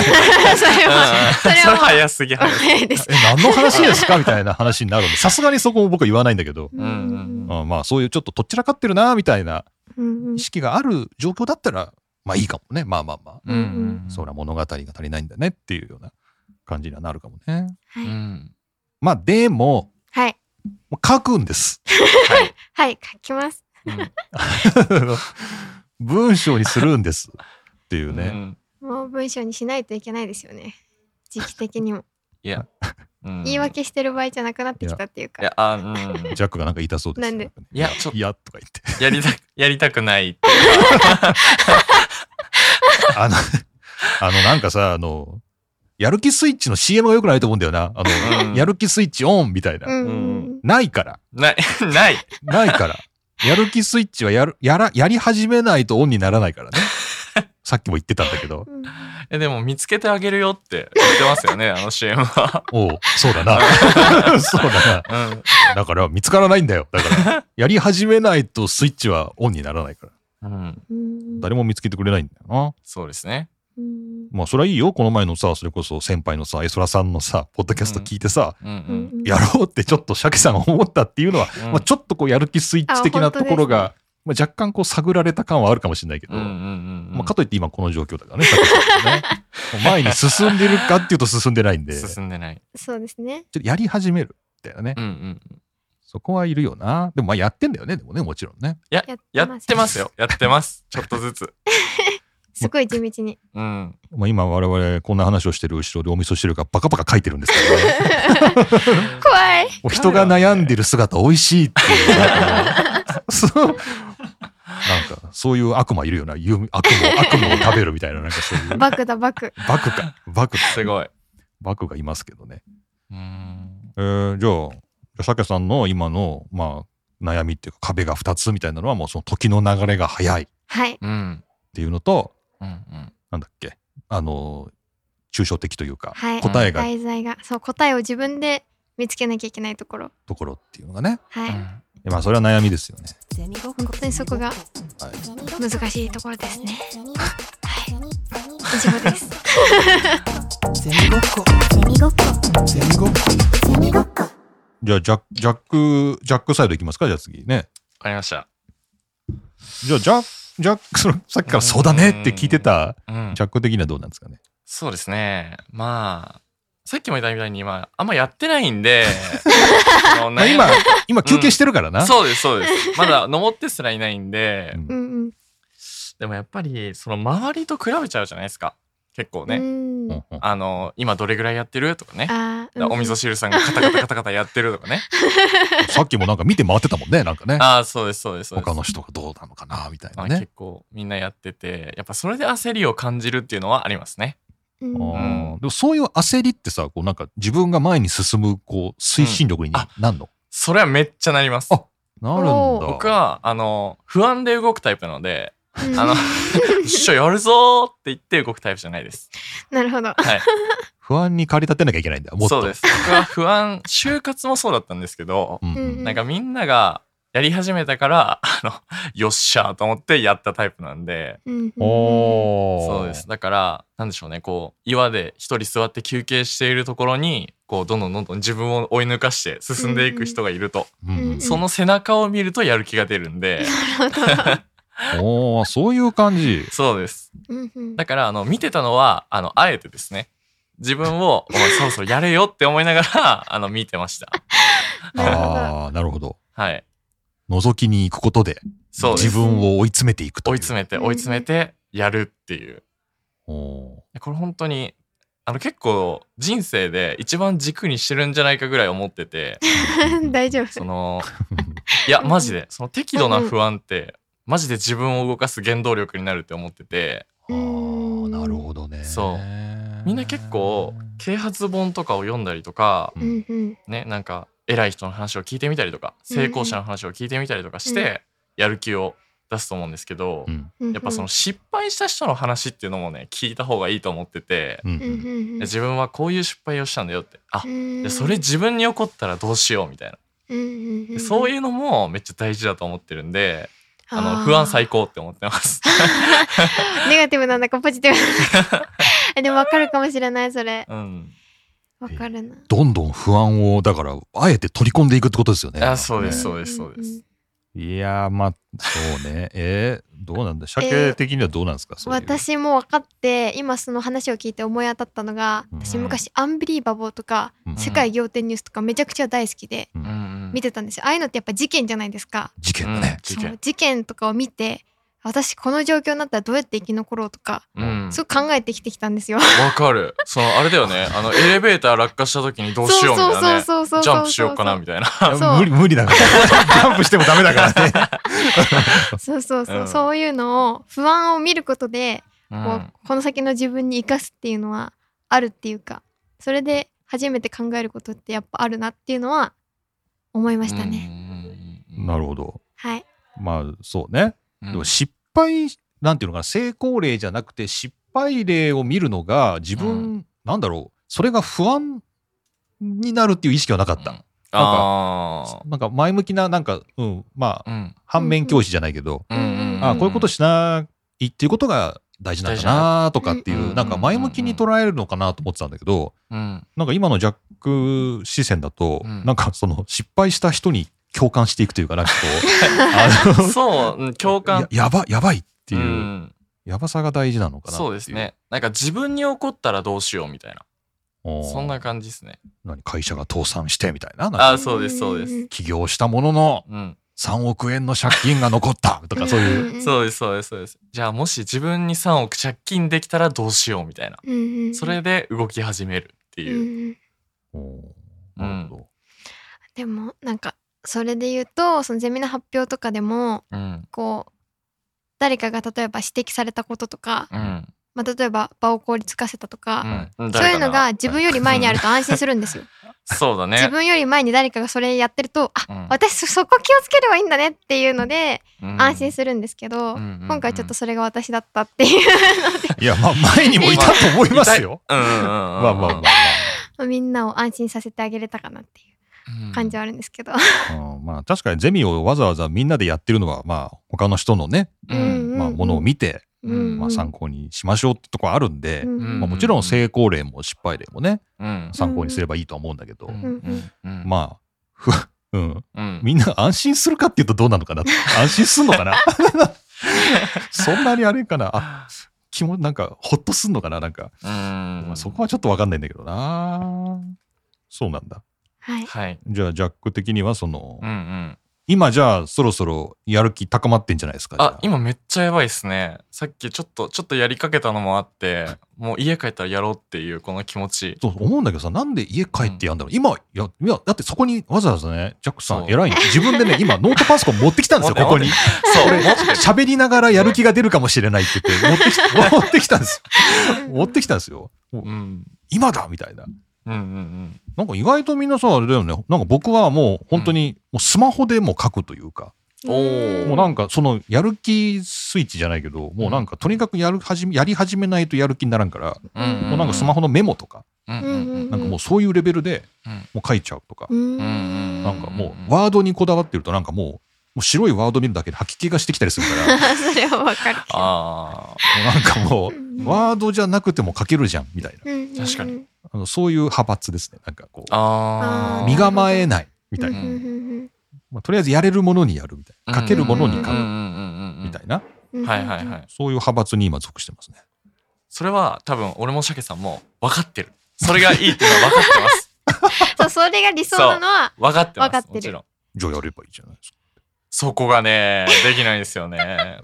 は
そ
そ
れ
れは
早すぎ。早すぎ
早いです
え、何の話ですかみたいな話になるんで、さすがにそこも僕は言わないんだけど。
んうん
あーまあそういうちょっととっちらかってるなみたいな
うんうん
意識がある状況だったらまあいいかもねまあまあまあ
うんうんうん
そら物語が足りないんだねっていうような感じにはなるかもね。
は
う
い
ん
まあでも
はい
もう書くんです。
はい
はい書きます
うん
文章にするんですっていう
う
ね。
ん
もう文章にしないといけないですよね時期的にも
いや、うん
言い訳してる場合じゃなくなってきたっていう
い
か
や あうん
ジャックがなんか痛そうですよ。
なんで
かね
いやちょっ
いやとか言って。
とやりたやりたくないって
あの、 あの、なんかさ、あの、やる気スイッチの CM が良くないと思うんだよな。あの、
うん
やる気スイッチオンみたいな。
うん、
うん
ないから。
ない ない
ないから。やる気スイッチはやる、やら、やり始めないとオンにならないからね。さっきも言ってたんだけど。
うん
えでも見つけてあげるよって言ってますよねあの CM は、
おう、そうだ な。そうだ
うん
な。だから見つからないんだよ。だから、やり始めないとスイッチはオンにならないから。
うん、
うん
誰も見つけてくれないんだよな。
そうですね
うん
まあ、それはいいよ。この前のさ、それこそ先輩のさ、エソラさんのさ、ポッドキャスト聞いてさ、
うんう
うんん
やろうってちょっと鮭さんが思ったっていうのは、
うん
まあ、ちょっとこうやる気スイッチ的な
あ
ところ
本
が、まあ、若干こう探られた感はあるかもしれないけど、
うんうんうんうん
まあ、かといって今この状況だからね鮭さん はねもう前に進んでるかっていうと進んでないんでちょっ
進んでない
そうですね
とやり始めるみたいなね、
うんうん
そこはいるよなでもまあやってんだよねでもねもちろんね
や
やっ
や
て
っ
ます
てますよやってますちょっとずつ
すごい地道に
うん
まあ、今我々こんな話をしてる後ろでお味噌汁がバカバカ書いてるんですけど、ね、
怖い
もう人が悩んでる姿美味しいっていうなんかそうなんかそういう悪魔いるよな有名悪魔悪魔を食べるみたいななんかそういう
バクだバク
バクかバク
すごい
バクがいますけどね、
うん
えーじゃあじゃあ鮭さんの今のまあ悩みっていうか壁が2つみたいなのはもうその時の流れが早いっ
はい
うん
ていうのと
うんうん
なんだっけあの抽象的というか、
はい
答えが
題材がそう答えを自分で見つけなきゃいけないところ
ところっていうのがね
はい、
まあそれは悩みですよね
本
本当にそこが
はい
難しいところですねはい以上です
ゼミごっこ
ゼミごっこ
ゼミごっこ
ゼミごっこ
じゃあジャックジャックジャックサイドいきますかじゃあ次ね
わかりました
じゃあジャックジャックその さっきから「そうだね」って聞いてた
うん
ジャック的にはどうなんですかね
そうですねまあさっきも言ったみたいに今あんまやってないん でその
まあ
悩み
今今休憩してるからな、
そうですそうですまだ登ってすらいないんで
うん
うんうん
でもやっぱりその周りと比べちゃうじゃないですか結構ね、
うん
うんうん
あの今どれぐらいやってるとかね
あーうん
お味噌汁さんがカタカタカタカタやってるとか ね
さっきもなんか見て回ってたもんねなんかね
ああそうですそうですそうです
他の人がどうなのかなみたい
ま
な
あ
ね
結構みんなやっててやっぱそれで焦りを感じるっていうのはありますね
うん
あ
うん
ーでもそういう焦りってさこうなんか自分が前に進むこう推進力に
うんあ
なんの、
それはめっちゃなります
あなるんだ
おー、
僕はあの不安で動くタイプなのであの 一緒やるぞーって言って動くタイプじゃないです。
なるほど
はい。
不安に駆り立てなきゃいけないんだもっと
そうです。僕は不安、就活もそうだったんですけど
う、んうん
うん
なんかみんながやり始めたから、あの、よっしゃーと思ってやったタイプなんで、
うんうん
おー
そうです。だから、なんでしょうね、こう、岩で一人座って休憩しているところに、こう、どんどんどんどん自分を追い抜かして進んでいく人がいると、
うんうん
うん
その背中を見るとやる気が出るんで、
おーそういう感じ
そうです。
うんうん
だ から、あの、見てたのは、あの、あえてですね。自分を、お前そろそろやれよって思いながら、あ の、見てました。
なるほど
ああーなるほど
はい。
覗きに行くことで
そうです
自分を追い詰めていくとい
追
う
い詰めて、
うん
追い詰めて、やるっていう。
おー
これ本当に、あの、結構、人生で一番軸にしてるんじゃないかぐらい思ってて、
大丈夫
そ の、いや、マジで、その適度な不安って、マジで自分を動かす原動力になるって思ってて、
あーなるほどね
そうみんな結構、啓発本とかを読んだりとか、
う
うんんうん
ね、なんか偉い人の話を聞いてみたりとか成功者の話を聞いてみたりとかしてやる気を出すと思うんですけど、
うん
うんうん
やっぱその失敗した人の話っていうのもね聞いた方がいいと思ってて、
うんう
うんうん
ん
うん
自分はこういう失敗をしたんだよってあ、
うん
でそれ自分に起こったらどうしようみたいな、
うんうんうん
でそういうのもめっちゃ大事だと思ってるんであの
ー
不安最高って思ってます。
ネガティブなんだかポジティブなんだかあでも分かるかもしれないそれ
うん、
分かるな
どんどん不安をだからあえて取り込んでいくってことですよね
あそうで
う
す
ん
そうですそうです。
いやーまあそうね えー、どうなんだ鮭的にはどうなんですか、そういう
私も分かって今その話を聞いて思い当たったのが
うん
私昔「アンビリーバボー」とか
うん
「世界仰天ニュース」とかめちゃくちゃ大好きで
うんうん
見てたんですよああいうのってやっぱ事件じゃないですか
事件だね、
事
そ
件
う事件とかを見て私この状況になったらどうやって生き残ろうとか
うん
すごく考えてきてきたんですよ。
わかるそのあれだよねあのエレベーター落下した時にどうしようみたいな ね
そうそうそうそうそうそう
ジャンプしようかなみたいな
そう
無理無理だからジャンプしてもダメだからね
そうそうそう、
うん
そういうのを不安を見ることで、
うん
こうこの先の自分に生かすっていうのはあるっていうかそれで初めて考えることってやっぱあるなっていうのは思いましたね。
うん
なるほど
はい、
まあそうね
うん
でも失敗なんていうのかな成功例じゃなくて失敗例を見るのが自分、
う
なんだろうそれが不安になるっていう意識はなかっ
うん
た、
あー
なんか前向きななんかうんまあ
うん
反面教師じゃないけど、
うんうんん
あこういうことしないっていうことが大事なんだなとかっていう、
大事なん
な
だ
んか前向きに捉えるのかなと思ってたんだけど、
うん
なんか今のジャック視線だと、
うん
なんかその失敗した人に共感していくというかなんかこうあの
そううん共感
ややばやばいっていう、
うん
やばさが大事なのかなってい
そうですねなんか自分に起こったらどうしようみたいな
おー
そんな感じですね
何会社が倒産してみたいななんか
あーそうですそうです
起業したものの
うん
3億円の借金が残 ったとかそういう
うん
そうですそうですそうですじゃあもし自分に3億借金できたらどうしようみたいな
うんうんうん
それで動き始めるって
うん
いう
うん
おーなるほど
でもなんかそれで言うとそのゼミの発表とかでも
うん
こう誰かが例えば指摘されたこととか、
うん
まあ、例えば場を凍りつかせたと
う
か、
んうん
そういうの
誰か
が
な
自分より前にあると安心するん ですよ。
そうだ
自
ね
分より前に誰かがそれやってるとあ
うん
私そそこ気をつければいいんだねっていうので
うん
安心するんですけど、
うんうんうん
今回ちょっとそれが私だったっていう
いやまあ前にもいたと思いますよ
うんうんうんうん
まあまあまあ
の みんなを安心させてあげれたかなっていう
うん
感じはあるんですけど、
まあ、うんまあ確かにゼミをわざわざみんなでやってるのはまあ他の人のね、
う
うんん
まあ、ものを見て、
うんうん
まあ、参考にしましょうってとこあるんで、
うんうん
まあ、もちろん成功例も失敗例もね
うん
参考にすればいいとは思うんだけど、
うんうん
まあふ うん、
うん
みんな安心するかっていうとどうなのかな安心すんの かなそんなにあれかなあ気もなんかほっとすんのかななんか、
うん
まあ、そこはちょっとわかんないんだけどなそうなんだ
はい、
はい
じゃあジャック的にはその、
うんうん
今じゃあそろそろやる気高まってんじゃないですか
あ今めっちゃやばいっすねさっきちょっとちょっとやりかけたのも あってもう家帰ったらやろうっていうこの気持ち
と思うんだけどさなんで家帰ってやんだろう、今やいやだってそこにわざわざねジャックさん
そう
偉いね自分でね今ノートパソコン持ってきたん ですよここに
持そう持ってる
喋りながらやる気が出るかもしれないって言って持ってき持ってきたん ですよ持ってきたんですよもう
うん
今だみたいな
うんうん
なんか意外とみんなさあれだよねなんか僕はもう本当にもうスマホでも書くというか、
うん おー
もうなんかそのやる気スイッチじゃないけどもうなんかとにかくやる始めやり始めないとやる気にならんから、
うんうん
もうなんかスマホのメモとか
うん
うん
なんかもうそういうレベルで
うん
もう書いちゃうとか、
うん
ん
なんかもう
わ
ワードにこだわってるとなんかもうもう白いワード見るだけで吐き気がしてきたりするから も
それはわかるけど
あ
うなんかも
うん
うワードじゃなくても書けるじゃんみたいな
うんうんうん
確かに
あのそういう派閥ですねなんかこ
ーあ
う
ー
身構えないみたいな、
うんうん
まあ、とりあえずやれるものにやるみたいな書けるものに書
うんう
くみたいな、
うんうん
はいはいはい
そういう派閥に今属してますね
それは多分俺もシャケさんも分かってるそれがいいっていうのは分かって ます
そうそれが理想なのは
分かってます
分かってる
もちろん
じゃあやればいいじゃないですか
そこがねできないんですよね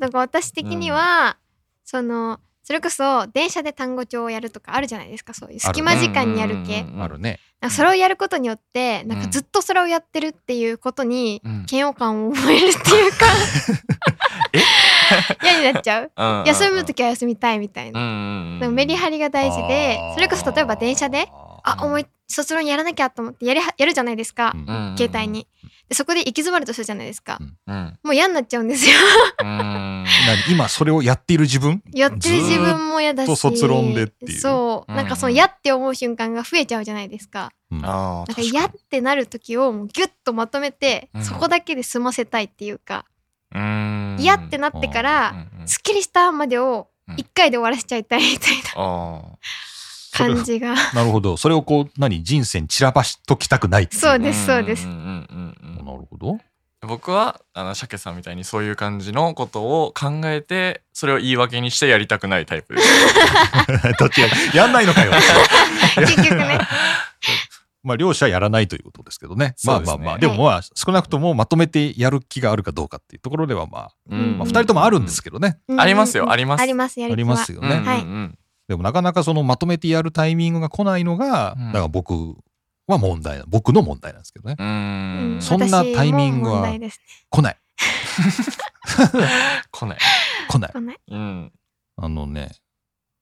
なんか私的には、そのそれこそ電車で単語帳をやるとかあるじゃないですかそういう隙間時間にやる系、
うんうんうん
あるね
なんかそれをやることによってなんかずっとそれをやってるっていうことに
うん
嫌悪感を覚えるっていうか 嫌になっちゃう
うんうんうん
休む時は休みたいみたい
うん
な,、
うんうん
メリハリが大事でそれこそ例えば電車であ
うん
思い卒論やらなきゃと思ってやりはやるじゃないですか、
うん
うん
携帯にでそこで行き詰まるとするじゃないですか、
うん
うん
もう嫌になっちゃうんですよ
うん
何今それをやっている自分
やってる自分も嫌だし
ずーっと卒論でっていう
そう
うん
なんかその嫌って思う瞬間が増えちゃうじゃないですか、
うん
あー
なんか嫌ってなる時をもうギュッとまとめて、
うん
そこだけで済ませたいっていうか、
うん
嫌ってなってか
うんう
ら、
ん
すっきりしたまでを
うん
一回で終わらせちゃいたいみたいな
あー
それ
感じが。
なるほどそれをこう何人生に散らばしときたくないってい
そうですそうです
んんうんうんうん
なるほ ど
僕はあの鮭さんみたいにそういう感じのことを考えてそれを言い訳にしてやりたくないタ イプです。
どっちややんないのかよ
結局ね。
まあ、両者やらないということですけどね。まあまあまあ、
そう
で
ですね
もまあ、少なくともまとめてやる気があるかどうかっていうところでは、まあ、
うん
まあ、2人ともあるんですけどね。
うん
ありますよあります
ありますやる
あ
気
り
は
ますよ
うんうんうん
ね。
はい
でも、なかなかそのまとめてやるタイミングが来ないのが、
うん
だから僕は問題な、僕の問題なんですけどね。
うーん
そんなタイミングは
私も問題ですね
来ない、
来ない。
来ない。
こんな
うん。
あのね、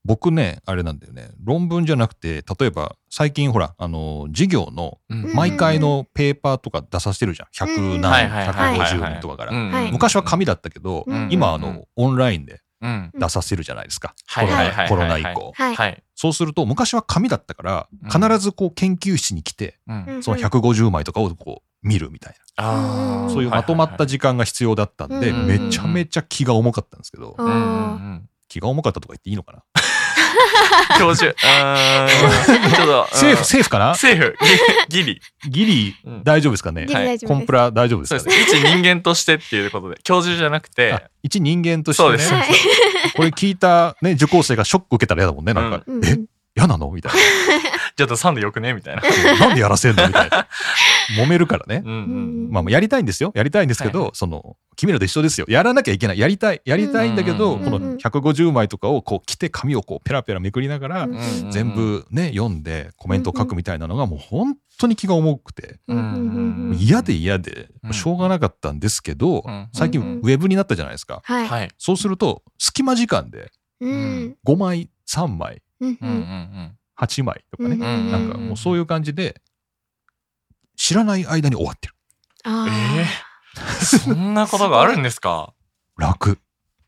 僕ね、あれなんだよね、論文じゃなくて、例えば最近ほら、あの、授業の
うん
毎回のペーパーとか出させてるじゃん。100
うん
何、150人とかから。
はい
昔は紙だったけど、
うん
今あの、オンラインで
うん
出させるじゃないですか。
はいはいはいはい
コロナコロナ以降。
はい、
はい。
そうすると、昔は紙だったから、
うん
必ずこう研究室に来て、
うん
うん
その150枚とかをこう見るみたい
う
あー
な、
ん
そういうまとまった
はい
時間が必要だったんで、
うん
めちゃめちゃ気が重かったんですけど、
お
はいはい
ー
うんうんうん
気が重かったとか言っていいのかな
教授。うーん。ちょっと。うん
セーフ、セーフかな
セーフ。ギリ。ギリ
ギリ
うん
大丈夫ですかね
ギリ大丈夫です、
コンプラ大丈夫で
そう
す
です
か
ね
ね。
一人間としてっていうことで。教授じゃなくて。
あ一人間として
そう
ね
です
はい
これ聞いた、ね、受講生がショック受けたら嫌だもんねなんか、
うんうん
え嫌なのみたい
ちょっと3でよくねみたいな。
ななんでやらせんのみたいな揉めるからね
う、ん
まあ、まあやりたいんですよやりたいんですけど、
は
その君らと一緒ですよやらなきゃいけないやりたいやりたいんだけど、
うん
こ
うん
の150枚とかをこう着て紙をこうペラペラめくりながら、
うん
うん
全。部ね読んでコメントを書くみたいなのがもう本当に気が重くて
うんうんうん
うん
嫌で嫌で
うん
しょうがなかったんですけど、
うん
最近
うんうん
ウェブになったじゃないですか。
はい、
はい。
そうすると、隙間時間で
うん
5枚、3枚、
うん
う
うん
うん
ん
8枚とかね、
うん
なんかもうそういう感じで、知らない間に終わってる。
う
あ
ん。え
ー
ーそんなことがあるんですか
楽。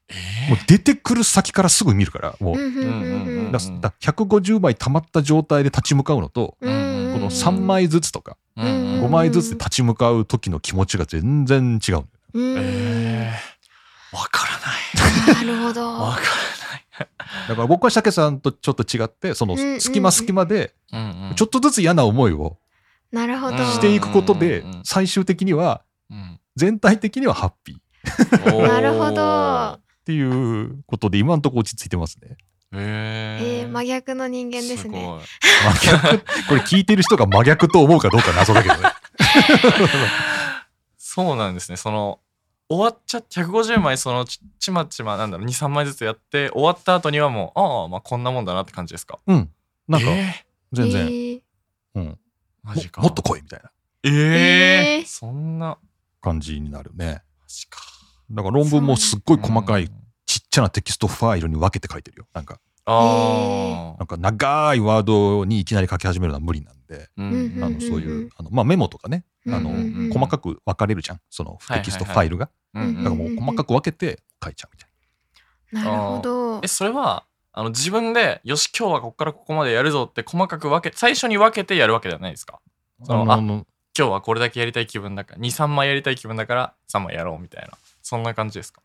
え
もう出てくる先からすぐ見るから、もう、
うんうんうんうん
だだ150枚溜まった状態で立ち向かうのと、
うんうん
この3枚ずつとか、
ーうん
5枚ずつで立ち向かう時の気持ちが全然違うのよ。
うん
えーわからない。
なるほど
わか
だから僕は鮭さんとちょっと違って、その
うんうん
隙間隙間で、
らない。
ちょっとずつ嫌な思いを
なるほど
していくことで
うんうんうん、
最終的には、
うん
全体的にはハッピー。
なるほど。
っていうことで今のところ落ち着いてます ね。
え
えー、真逆の人間ですね。
真逆これ聞いてる人が真逆と思うかどうか謎だけ どね。
そうなんですね。その終わっちゃって150枚そのちちまちまなんだろう23枚ずつやって終わった後にはもうああまあこんなもんだなって感じですか。
うん。なんか
え
全
え
然、
ー
うん、
ーマ
も
ジか
もっと来いみたいな
え
え
え
ー
そんなマ
感じになるね。
ジか。
だから論文もすっごい細か
う
い
ん。
ちっちゃなテキストファイルに分けて書いてるよ。なんか、
あ
な
あ
んか長いワードにいきなり書き始めるのは無理なんで、あ
うん。
うん
のそう
うん、
いううんあのまあメモとかね、あの
うんうんうん
細かく分かれるじゃん。そのテキストファイルが。
う
うん
だからもう細かく分けて書いちゃうみたい
なるほど
え。それはあの自分でよし今日はここからここまでやるぞって細かく分け最初に分けてやるわけではないですか。
な。
あの
あの
今日はこれだけやりたい気分だから23枚やりたい気分だから3枚やろうみたいなそんな感じですか。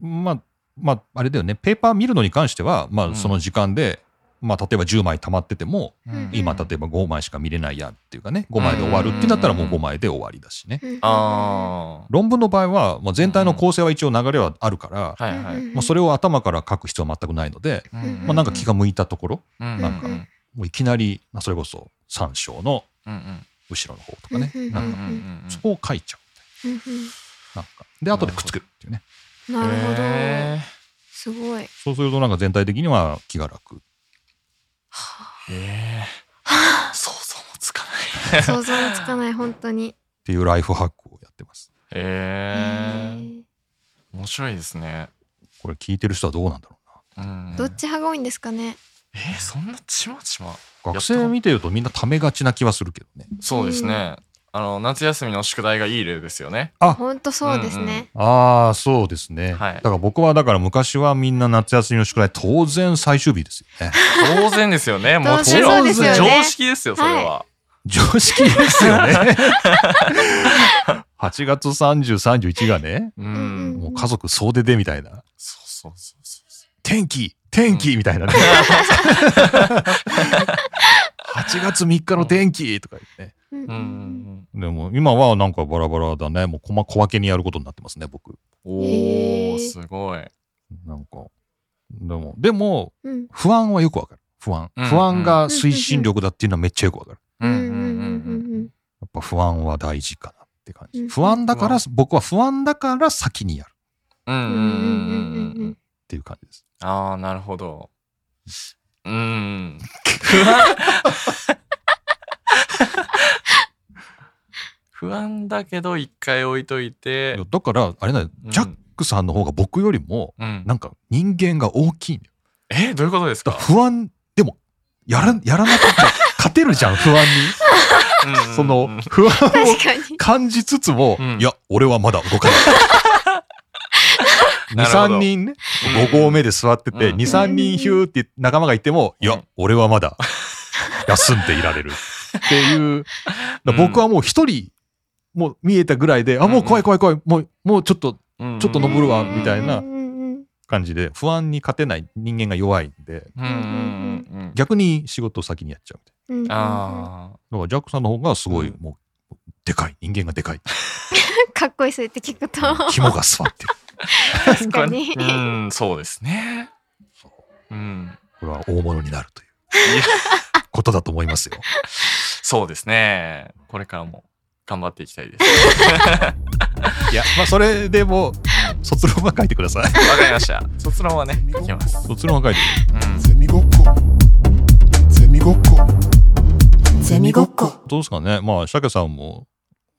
まあ、まあ、あれだよね、ペーパー見るのに関しては、ま
うん
あ、その時間で、まあ、例えば10枚溜まってても、
うん
今、例えば5枚しか見れないやっていうかね、5枚で終わるってなったら、もう5枚で終わりだしね。
うんうんうん
あ
論文の場合は、まあ、全体の構成は一応流れはあるから
あ、はいはい。
うんうん
まあ、それを頭から書く必要は全くないので、まあ、なんか気が向いたところ、
なん
う
か
ん
もういきなり、まあそれこそ3章の
うん
後ろの方とかね、
うんうん
なんか、そこを書いちゃう。
うんうん
なんか、で、後でくっつけるっていうね。
なるほど、
え
すごい。
そうすると、なんか全体的には気が楽。
ーえー想像もつかない
想像もつかない本当に。
っていうライフハックをやってます。
えー
え
面白いですね
これ聞いてる人はどうなんだろうな。
うん
ーどっち派が多いんですかね。
えーそんなちまちま
学生見てるとみんなためがちな気はするけどね。
そうですねあの夏休みの宿題がいい例ですよね
本当そうですね。
ああ、そうですね。
はい
だから僕はだから昔はみんな夏休みの宿題当然最終日です よね。
当然です よねも
当
ち
然
ろん
そうですよね
常識ですよそれは
常識ですよ ね。8月30、31がね、
う
うん
ん
もう家族総出でみたいな。
そうそうそうそう
天気天気みたい なね。8月3日の天気とか言ってね。
うんう
うんん
でも今はなんかバラバラだね。もうこま小分けにやることになってますね、僕。
おおすごい
なんか。でも、でも、
うんうん
不安はよくわかる。不安。
うん
不安が推進力だっていうのはめっちゃよくわかる。
う
うんん
う
うんんうん
うん
うん
やっぱ不安は大事かなって感
う
じ。
ん
不安だから
う、
僕は不安だから先にやるっ
うんうん
うんうんう
うんんうん
うんう
うんん
うん
ていう感じです。
ああ、なるほど。うーん。不 安。不安だけど、一回置いといて
いや。だから、あれだよ、
うん
ジャックさんの方が僕よりも、
うん、
なんか人間が大きいんだよ。
え、どういうことです
だ
か
から不安、でも、やら、やらなかったら勝てるじゃん、不安に。
うん
その
うん、
不安を
確かに
感じつつも、
うん
いや、俺はまだ動か ない。2、
なるほど
3人ね、5合目で座ってて、
う
2、
ん
3人ヒューって仲間がいても、いうや
ん、
俺はまだ休んでいられるっていう。だから僕はもう一人、もう見えたぐらいで、あ、もう怖い怖い怖い、もう、もうちょっと
うん
ちょっと登るわみたいな
うんうんうん
感じで、不安に勝てない人間が弱いんで、
うんうんうんうん。
逆に仕事を先にやっちゃうみたい
うんうん
ああ。
な。だからジャックさんの方がすごい、
う
もう、でかい、人間がでかい。
かっこいいそれって聞くと
肝が据わってる。
確かに
うん、そうですね。うん。
これは大物になるということだと思いますよ。
そうですね。これからも頑張っていきたいです。
いや、まあ、それでも、卒論は書いてください。
わかりました。卒論はね、いきます。
卒論は書いて
うん。
ゼミごっこゼミごっこ
ゼミごっこ
どうですかねまあ、シャケさんも、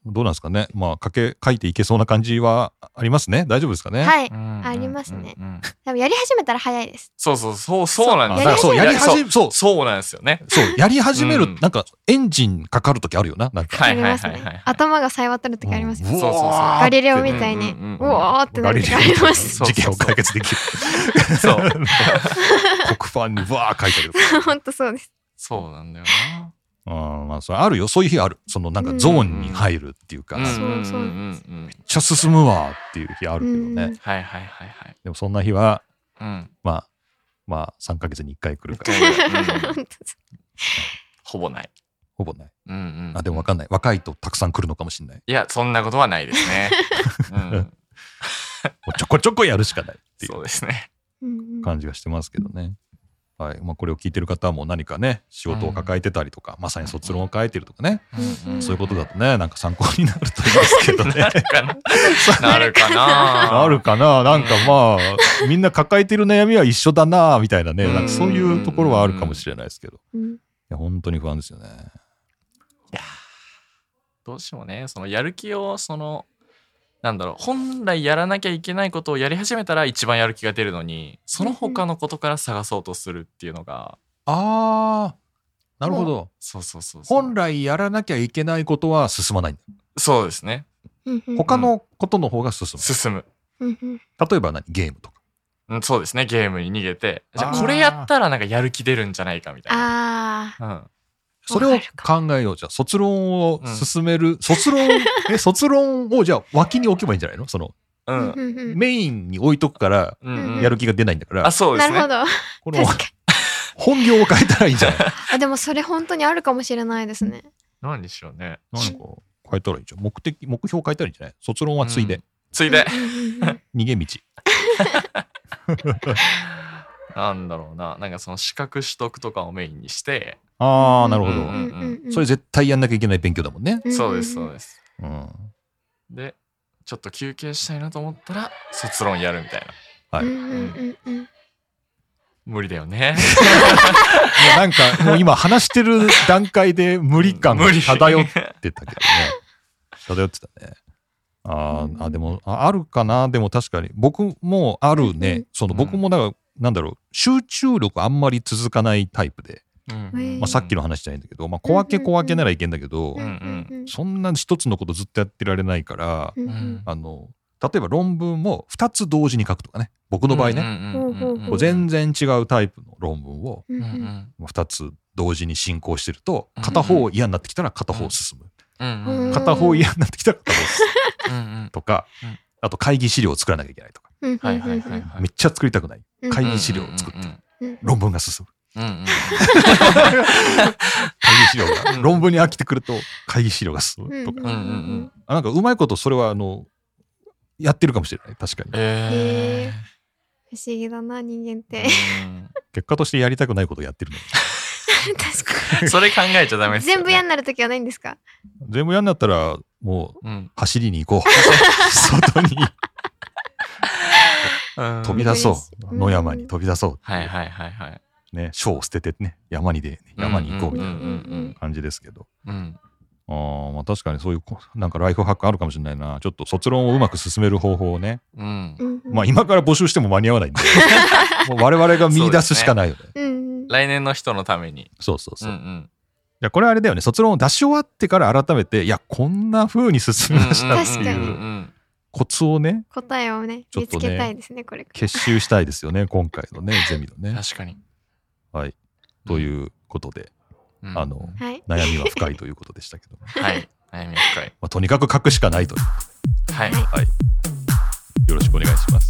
どうなんですかねまあ、書け、書いていけそうな感じはありますね大丈夫ですかねい。
はい
あ
ありますね。
うんうん
多分やり始めたら早いです
そうそうそうそうなん
あ
で
だ
す
からそ
よ。
う、やり始
め
め、そう、
そうなんですよね。
そう、やり始める、
うん
なんか、エンジンかかるときあるよな。なんか、
は
あ
い
り
はい
ます
はいは
ね
い。
頭がさえ渡る時ありますよ
う
そ
ん
うそうそう。
ガリレオみたいに
うんうんうん
うおーってな
ガ
る
リレ
時ありま
オ
す
そうそうそう
事件を解決できる。
そう
黒板にわー書いてあるけ
本当そうです
そうなんだよな。
ど。うん、まあ、それあるよ。そういう日ある。その、なんか、ゾーンに入るっていうか、
うん
めっ
うん
そううん
うん。
ちゃ進むわーっていう日あるけどね。
うん
はいはいはいはい。
でも、そんな日は、
うん。
まあ、まあ、3ヶ月に1回来るか
う
ら、
んうん
本当そ
ほぼない。
ほぼない。
うんうん。
あ、でもわかんない。若いとたくさん来るのかもしれない。
いや、そんなことはないで すね。うん。
も うちょこちょこやるしかないってい
そううですね。
ううんうん
感じがしてますけどね。はいまあ、これを聞いてる方も何かね仕事を抱えてたりとか、まさに卒論を書いてるとかね、
うんうん
そういうことだとねなんか参考になるといいですけど ね
なるかな。なるか な。
なるかななんかまあみんな抱えてる悩みは一緒だなみたいなね
うん
なんかそういうところはあるかもしれないですけどい
うん
や本当に不安ですよね。
どうしてもねそのやる気をそのなんだろう本来やらなきゃいけないことをやり始めたら一番やる気が出るのにその他のことから探そうとするっていうのが
あーなるほど
そうそうそうそう
本来やらなきゃいけないことは進まないんだ
そうですね
うんうん
他のことの方が進む、
進む、
うんうん
例えば何ゲームとか
うん、そうですねゲームに逃げてじゃ
あ
あ
ー
これやったらなんかやる気出るんじゃないかみたいな
ああ
うん、
それを考えようじゃあ卒論を進める、卒 論え卒論をじゃあ脇に置けばいいんじゃないのその
うん
うんうんうん
メインに置いとくから
うんうん、
やる気が出ないんだから、
あそう
な
です
るほ
ね
ど
この
確か
本業を変えたらいいんじ ゃない
にあでもそれ本当にあるかもしれないですね
何でしょうね
なんか変えたらいいじゃん目的目標変えたらいいんじゃない卒論はついで、
ついで
うんうんうん
逃げ道
なんだろうななんかその資格取得とかをメインにして
ああなるほど、
うんうん
うん
それ絶対やんなきゃいけない勉強だもんね、
ん
そうですそうです
うん、
でちょっと休憩したいなと思ったら卒論やるみたいな
はい、
う
い
んうんうんうん
無理だよね
やなんかもう今話してる段階で無理感が
無理
漂ってたけどね。漂ってたね。あーあ、
うん
でも、ああるかな、でも確かに。僕もあるね。
うん
その僕もだから、なんだろう、集中力あんまり続かないタイプで、
うん
まあ、さっきの話じゃないんだけど、まあ、小分け小分けならいけんだけど、
うんうんうん
そんな一つのことずっとやってられないから、
うん
うん
あの、例えば論文も2つ同時に書くとかね。僕の場合ね、
うんうんうん
ほ
こう全然違うタイプの論文を
う
うんん
う
うんん
2つ同時に進行してると
うん、
片方嫌になってきたら片方進む。
うん
うんうん
片方嫌になってきたら片方進む。
うん
とか、
うん
あと会議資料を作らなきゃいけないとか、
うん
はいはいはいは
め
い
っちゃ作りたくない
うん
会議資料を作って、
うん
うん
論文が進 む
うんうん
会議資料が、
う ん
論文に飽きてくると会議資料が進むとか、
うんうんうん
あなんかうまいことそれはあのやってるかもしれない確かに
え
不思議だな人間って
ー
結果としてやりたくないことをやってるのに
確
それ考えちゃダ
か
メで
に
すよ、ね。
全部嫌になる時はないんですか
全部嫌になったら、もう
うん。
走りに行こう。 外に
うん
飛び出そうう。
ん
野山に飛び出そう。
はいはいはいはい。
ね、書を捨ててね、山にで、山に行こうみたい
うんうん
な感じですけど。
うんうん。
あーまあ確かにそういうこ、なんかライフハックあるかもしれないな。ちょっと卒論をうまく進める方法をね。
うんうん。
うん
まあ今から募集しても間に合わないんで。もう我々が見出すしかないよね。
うんうん
来年の人のために。
そうそうそう。
ん
じ
ん
ゃあこれあれだよね、卒論を出し終わってから改めて、いや、こんな風に進みましたって
確
い
かに
う
うんうん
コツをね、
答えをね
ちょっ
見
と
つ
ね
けたいですねこれから
結集したいですよね、今回のね、ゼミの
うん
ね。
確かに。
はい。ということで、
うん
あの
はい
悩みは深いということでしたけど、ま
はい。悩み深い。
あ、とにかく書くしかないと。
はい。
よろしくお願いします。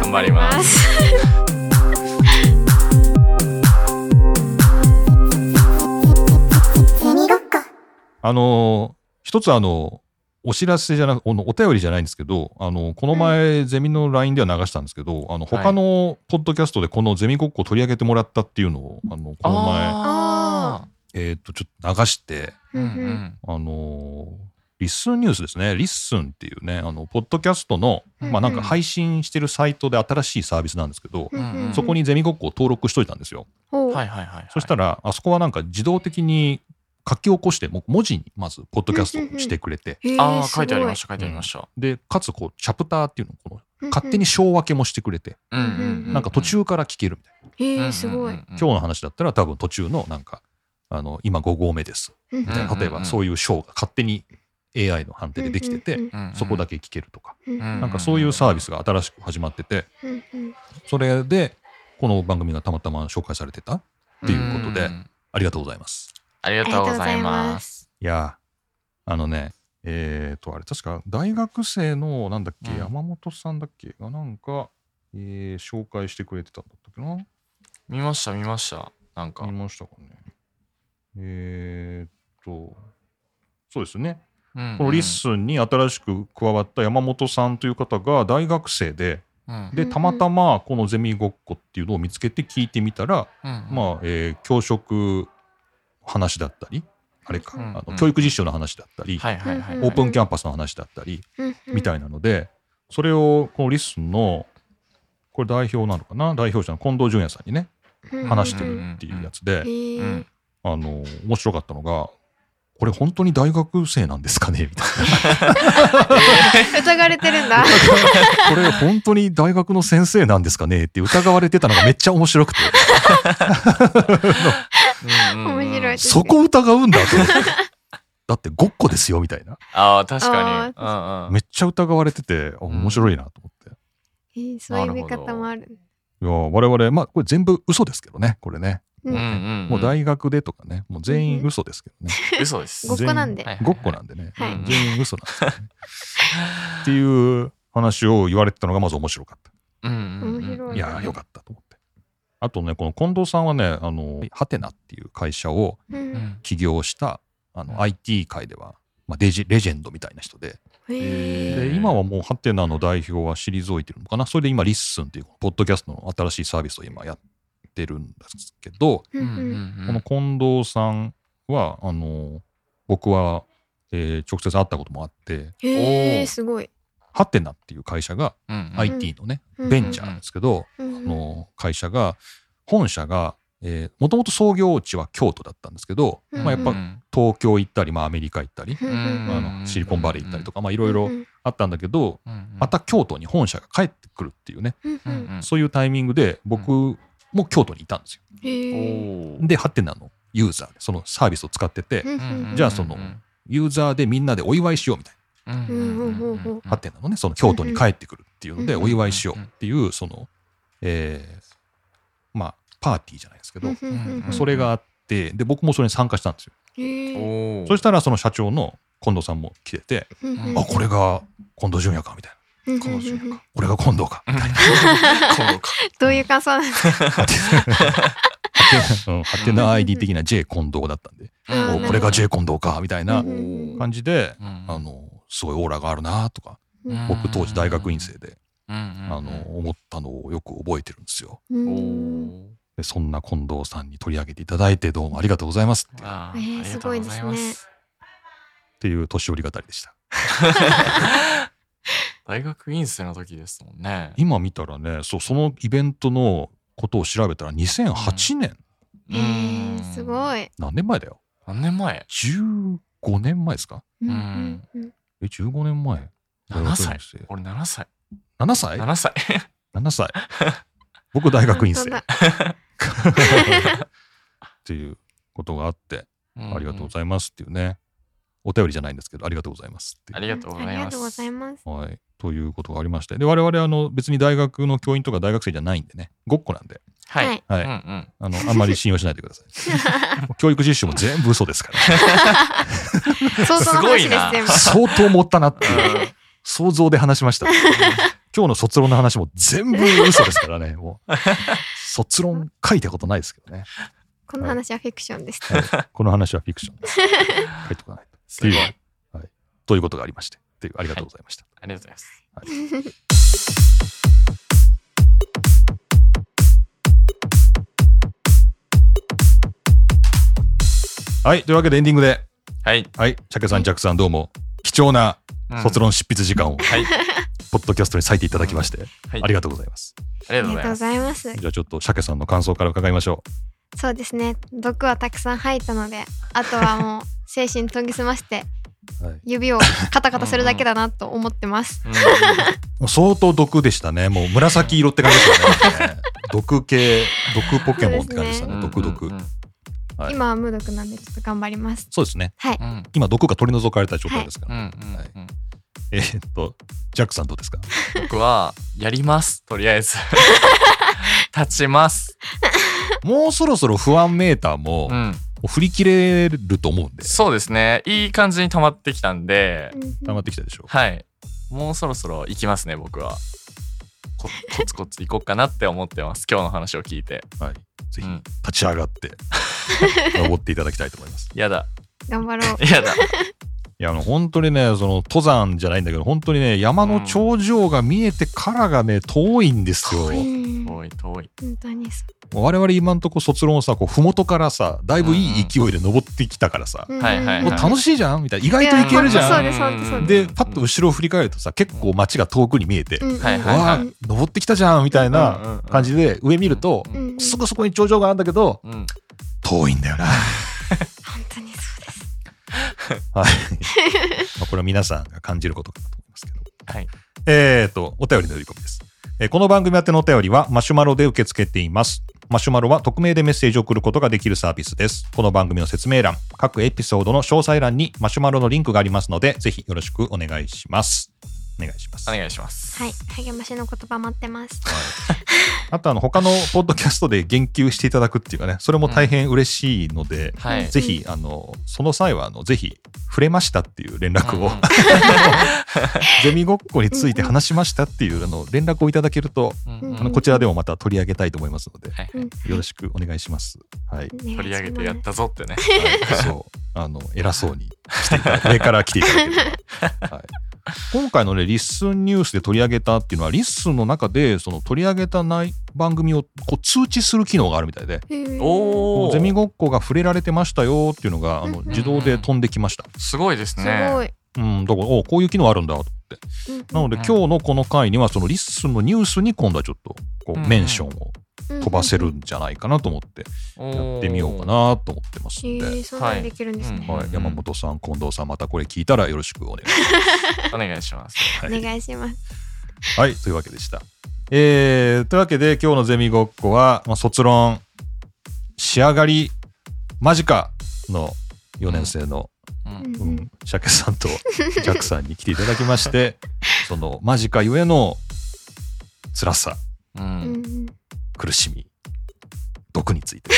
頑張ります
あのー一つあのお知らせじゃなくおお便りじゃないんですけどあのこの前、ゼミの LINE では流したんですけどあの他のポッドキャストでこのゼミごっこを取り上げてもらったっていうのをあのこの前
あ
えー、とちょっと流して
ー。
う
う
んん
う
うん
ん。
あのーリッスンニュースですねリッスンっていうねあのポッドキャストの、
うん
まあ、なんか配信してるサイトで新しいサービスなんですけど、
うんうん
そこにゼミごっこを登録しといたんですよ。
ほう
はいはいはい。
そした
ら、
ら、あそこはなんか自動的に書き起こして、もう文字にまず、ポッドキャストをしてくれて、
へー
ああ、書いてありますした、書いてありました。
で、かつ、こう、チャプターっていうのをこの、
ごい
勝手に小分けもしてくれて、
うんうんう。
なんか途中から聞けるみたいな。
へ
うんうんうん、
えすごい
うんうん
今日の話だったら、多分途中の、なんか、あの、今5合目です。
み
みたいな、
うん
例えばそういう章が勝手に AI の判定でできてて、
うんうん
そこだけ聞けるとか、
うん
なんかそういうサービスが新しく始まってて、それで、この番組がたまたま紹介されてた。っていうことで
ん
ありがとうございます。
ありがとうございます。
す
いやーあのねえっ、とあれ確か大学生のなんだっけ、
うん
山本さんだっけがなんか、えー紹介してくれてたんだったっけな
見ました、見ました。なんか
見。ましたかねえっ、とそうですね、
こ
このリッスンに新しく加わった山本さんという方が大学生で
ン
で
うんうん
たまたまこのゼミごっこっていうのを見つけて聞いてみたら、
まあ、
まあ、えー教職話だったりあれか、
うんうん
あの教育実習の話だったり、
はいはいはい。
オープンキャンパスの話だったり、みた
い
いなので、それをこのリスンの、これ代表なのかな代表者の近藤淳也さんにね、
な
話してるっていうやつで、
へ
う
え
ん
あの、面白かったのが、これ本当に大学生なんですかねみたい
疑われてる んだ
な。これ本当に大学の先生なんですかねって疑われてたのがめっちゃ面白く て、
うんうんうん
面白い
そこ疑うん だと思って。だってごっこですよみたいな。
ああ、確かに。
めっちゃ疑われてて、あ面白いなと思って。
へーそういう見方もある
いや我々、まあこれ全部嘘ですけどね、これね。
う
うん
ん
うんうんうん。
もう大学でとかね、もう全員嘘ですけどね。
嘘です。
ごっこなんで
全員
ごっこなんでね。
はい
うん全員嘘なんですよね。っていう話を言われてたのがまず面白かっ
うんうんうん
面白
た。
う
いやーよ
く。
かったと思って。あとね、この近藤さんはね、あの、ハテナっていう会社を
うん
起業した、あ
う
の、
ん
IT 界では、まあ、デジ、レジェンドみたいな人で、
へえ
へ
で
ー
今はもうハテナの代表は退いてるのかな。それで今、リッスンっていう、ポッドキャストの新しいサービスを今やってるんですけど、
う
うんんうん
うん
う
この
ん
近藤さんは、あの、僕は、えー直接会ったこともあって、
へ
お
え
ー
すごい
ハテナっていう会社が、
うんうん。
IT のね、
うん
ベンチャーなんですけど、
うん
あの会社が本社がもともと創業地は京都だったんですけど、
うん
まあ、やっぱ
うん
東京行ったり、まあ、アメリカ行ったり、
うんうん
あのシリコンバレー行ったりとか、まあ、い
い
ろいろあったんだけど、また京都に本社が帰ってくるっていうね、そういうタイミングで僕も京都にいたんですよ。
へえ
でハテナのユーザーでそのサービスを使ってて、
うん
じゃあそのユーザーでみんなでお祝いしようみたいな。ハテナのねその京都に帰ってくるっていうので
うん
お祝いしようっていうそのえーまあパーティーじゃないですけど
うんうんうん
それがあってで僕もそれに参加したんですよ
へえ
おお。
そしたらその社長の近藤さんも来てて
うんうん
あこれが近藤淳也かみたいな
うん
彼女やか
これが近藤 かみたいな
そうか
どういう感想なんですか
うんハテナ ID 的な J 近藤だったんで
うん
おこれが J 近藤かみたいな
うんうん
感じで
うん
あのすごいオーラがあるなとか
うん
僕当時大学院生で
うんうんうん
あの思ったのをよく覚えてるんですよ。
う
お
ん
ー
でそんな近藤さんに取り上げていただいてどうもありがとうございます
あ
えー
ありがとうござ
すごいですね
す
っていう年寄り語りでした
大学院生の時ですもんね。
今見たらねそうそのイベントのことを調べたら2008年、
えー、すご
い。
い。
何年前だよ
何年前
15年前ですか
うん
うん
うんうん
え15年前
7歳
大学院
俺7歳。
生7歳
7歳。
7歳僕大学院生
本当 だ
っていうことがあって、ありがとうご
い
ざいますっていうね、お便りじゃないんですけど、ありがとうございますっていう
ありがとうございます
ありがとうございます。
はい、ということがありまして、で、我々、あの、別に大学の教員とか大学生じゃないんでね、ごっこなんで、
は。
はいい
は
う
い、
んうん。
あの、あんまり信用しないでください。教育実習も全部嘘ですから、
相当の話です
すごいな
全部。
相当持ったなっていう、想像で話しました。今日の卒論の話も全部嘘ですからね、もう。卒論書いたことないですけどね。
この話はフィクションです。
はいこの話はフィクションです。書いとかないと。
すごい。
っていう
あ
ということがありまして、っていうありがとうございました。
りがとうございます。
はい、というわけでエンディングで、
はい。
はい、チャケさん、ジャックさん、どうも貴重な
うん
卒。論執筆時間を、
はい。
ポッドキャストに割いていただきまして、
はい
ありがとうございます。
あり
あ
がとう
り
ご
が
ざい
とうご
ます。
ざいます。
じゃあちょっと、シャケさんの感想から伺いましょ
そうですね。毒はたくさん吐いたので、あとはもう精神研ぎ澄まして
う。はい、
指をカタカタするだけだなと思ってます。
相当毒でしたね。もう紫色って感じでした ね。毒系、毒ポケモンって感じでした
う
ね。
ん
毒毒
うんう。ん
はい
今は無毒なんでちょっと頑張ります。
そうですね。
はい。
うん
今、毒が取り除かれた状態ですか
う
ら。
んうん
はい
うん
えーっと、ジャックさんどうですか
僕はやりますとりあ えず立ちます
もうそろそろ不安メーターも、
う
も
ん
う振り切れると思うんで、
そうですねいい感じに溜まってきたんで
溜まってきたでしょう。
はいもうそろそろ行きますね僕はこコツコツ行こうかなって思ってます今日の話を聞いて
はい。ぜひ
うん
立ち上が って、登っていただきたいと思います。
やだ
頑張ろう。
やだ
いや、あの本当にね、その登山じゃないんだけど、本当にね、山の頂上が見えてからがね、遠いんですよ。
うん
遠い 遠い
本当にそ
我々今んとこ卒論をさ、こう、ふもとからさ、だいぶいい勢いで登ってきたからさ、
う。うん
はいはい
もう楽しいじゃんみたいな、意外といけるじ
いや
ゃ。
そうんですそうですそう
で、パッと後ろを振り返るとさ、結構街が遠くに見えて、
うん
はいはい
わあ、登ってきたじゃんみたいな感じで、上見ると、
うん
うん
すぐそこに頂上があるんだけど、
うん
遠いんだよな。
本当にそうです。
はい。まあこれは皆さんが感じることかなと思いますけど。
はい
えーと、お便りの呼び込みです。えーこの番組宛てのお便りはマシュマロで受け付けています。マシュマロは匿名でメッセージを送ることができるサービスです。この番組の説明欄、各エピソードの詳細欄にマシュマロのリンクがありますので、ぜひよろしくお願いします。お願いします。
お願いします
はい。励ましの言葉待ってます。
あと、あの、他のポッドキャストで言及していただくっていうかね、それも大変嬉しいので、
はい
ぜひ、あの、その際は、あの、ぜひ、触れましたっていう連絡を、
うんうん
ゼミごっこについて話しましたっていう、あの、連絡をいただけると、
うんうん
あの、こちらでもまた取り上げたいと思いますので、
はい
うん
よろしくお願いします。はい。
取
取り上げてやったぞってね
はいそう、あの、偉そうにしていただいて上から来ていただければ。はい今回のね、リッスンニュースで取り上げたっていうのは、リッスンの中で、その取り上げたない番組をこう通知する機能があるみたいで、
お。
おお
ゼミごっこが触れられてましたよっていうのがあの
うん
自動で飛んできました。
すごいです
す
ね
ごい。
うん、だからおこういう機能あるんだと思って。なので
うん
今日のこの回にはそのリッスンのニュースに今度はちょっとこ
う
うんメンションを飛
飛
ばせるんじゃないかなと思ってやってみようかなと思ってます
え
んで。
ー、そんなにできるんですね。
はい
は
う
い、
ん
山本さん、近藤さん、またこれ聞いたらよろしくお願いし
お願いします。
ます。
お願いします。
はい、というわけでした。えー、というわけで今日のゼミごっこは、まあ、卒論仕上がり間近の4年生の、
うん
うんシャケさんとジャックさんに来ていただきましてその間近ゆえの辛さ
う。
うんん
苦しみ毒について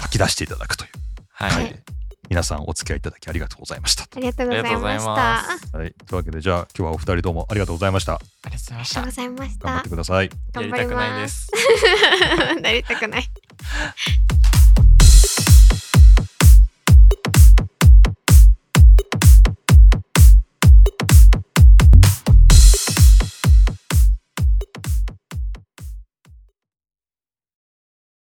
吐き出していただくという
は
回
い。
で皆さんお付き合いいただきありがとうございました。
ありがとうございま
ありがとうござい
した。
ま
あ
はい、というわけでじゃあ今日はお二人どうもありがとうございました。
ありがとうございまし
りがとう
た
ご。ざいまし
頑張ったて。ください。
や
頑
り
張り
た くないで
ます。
す。
なりたくない。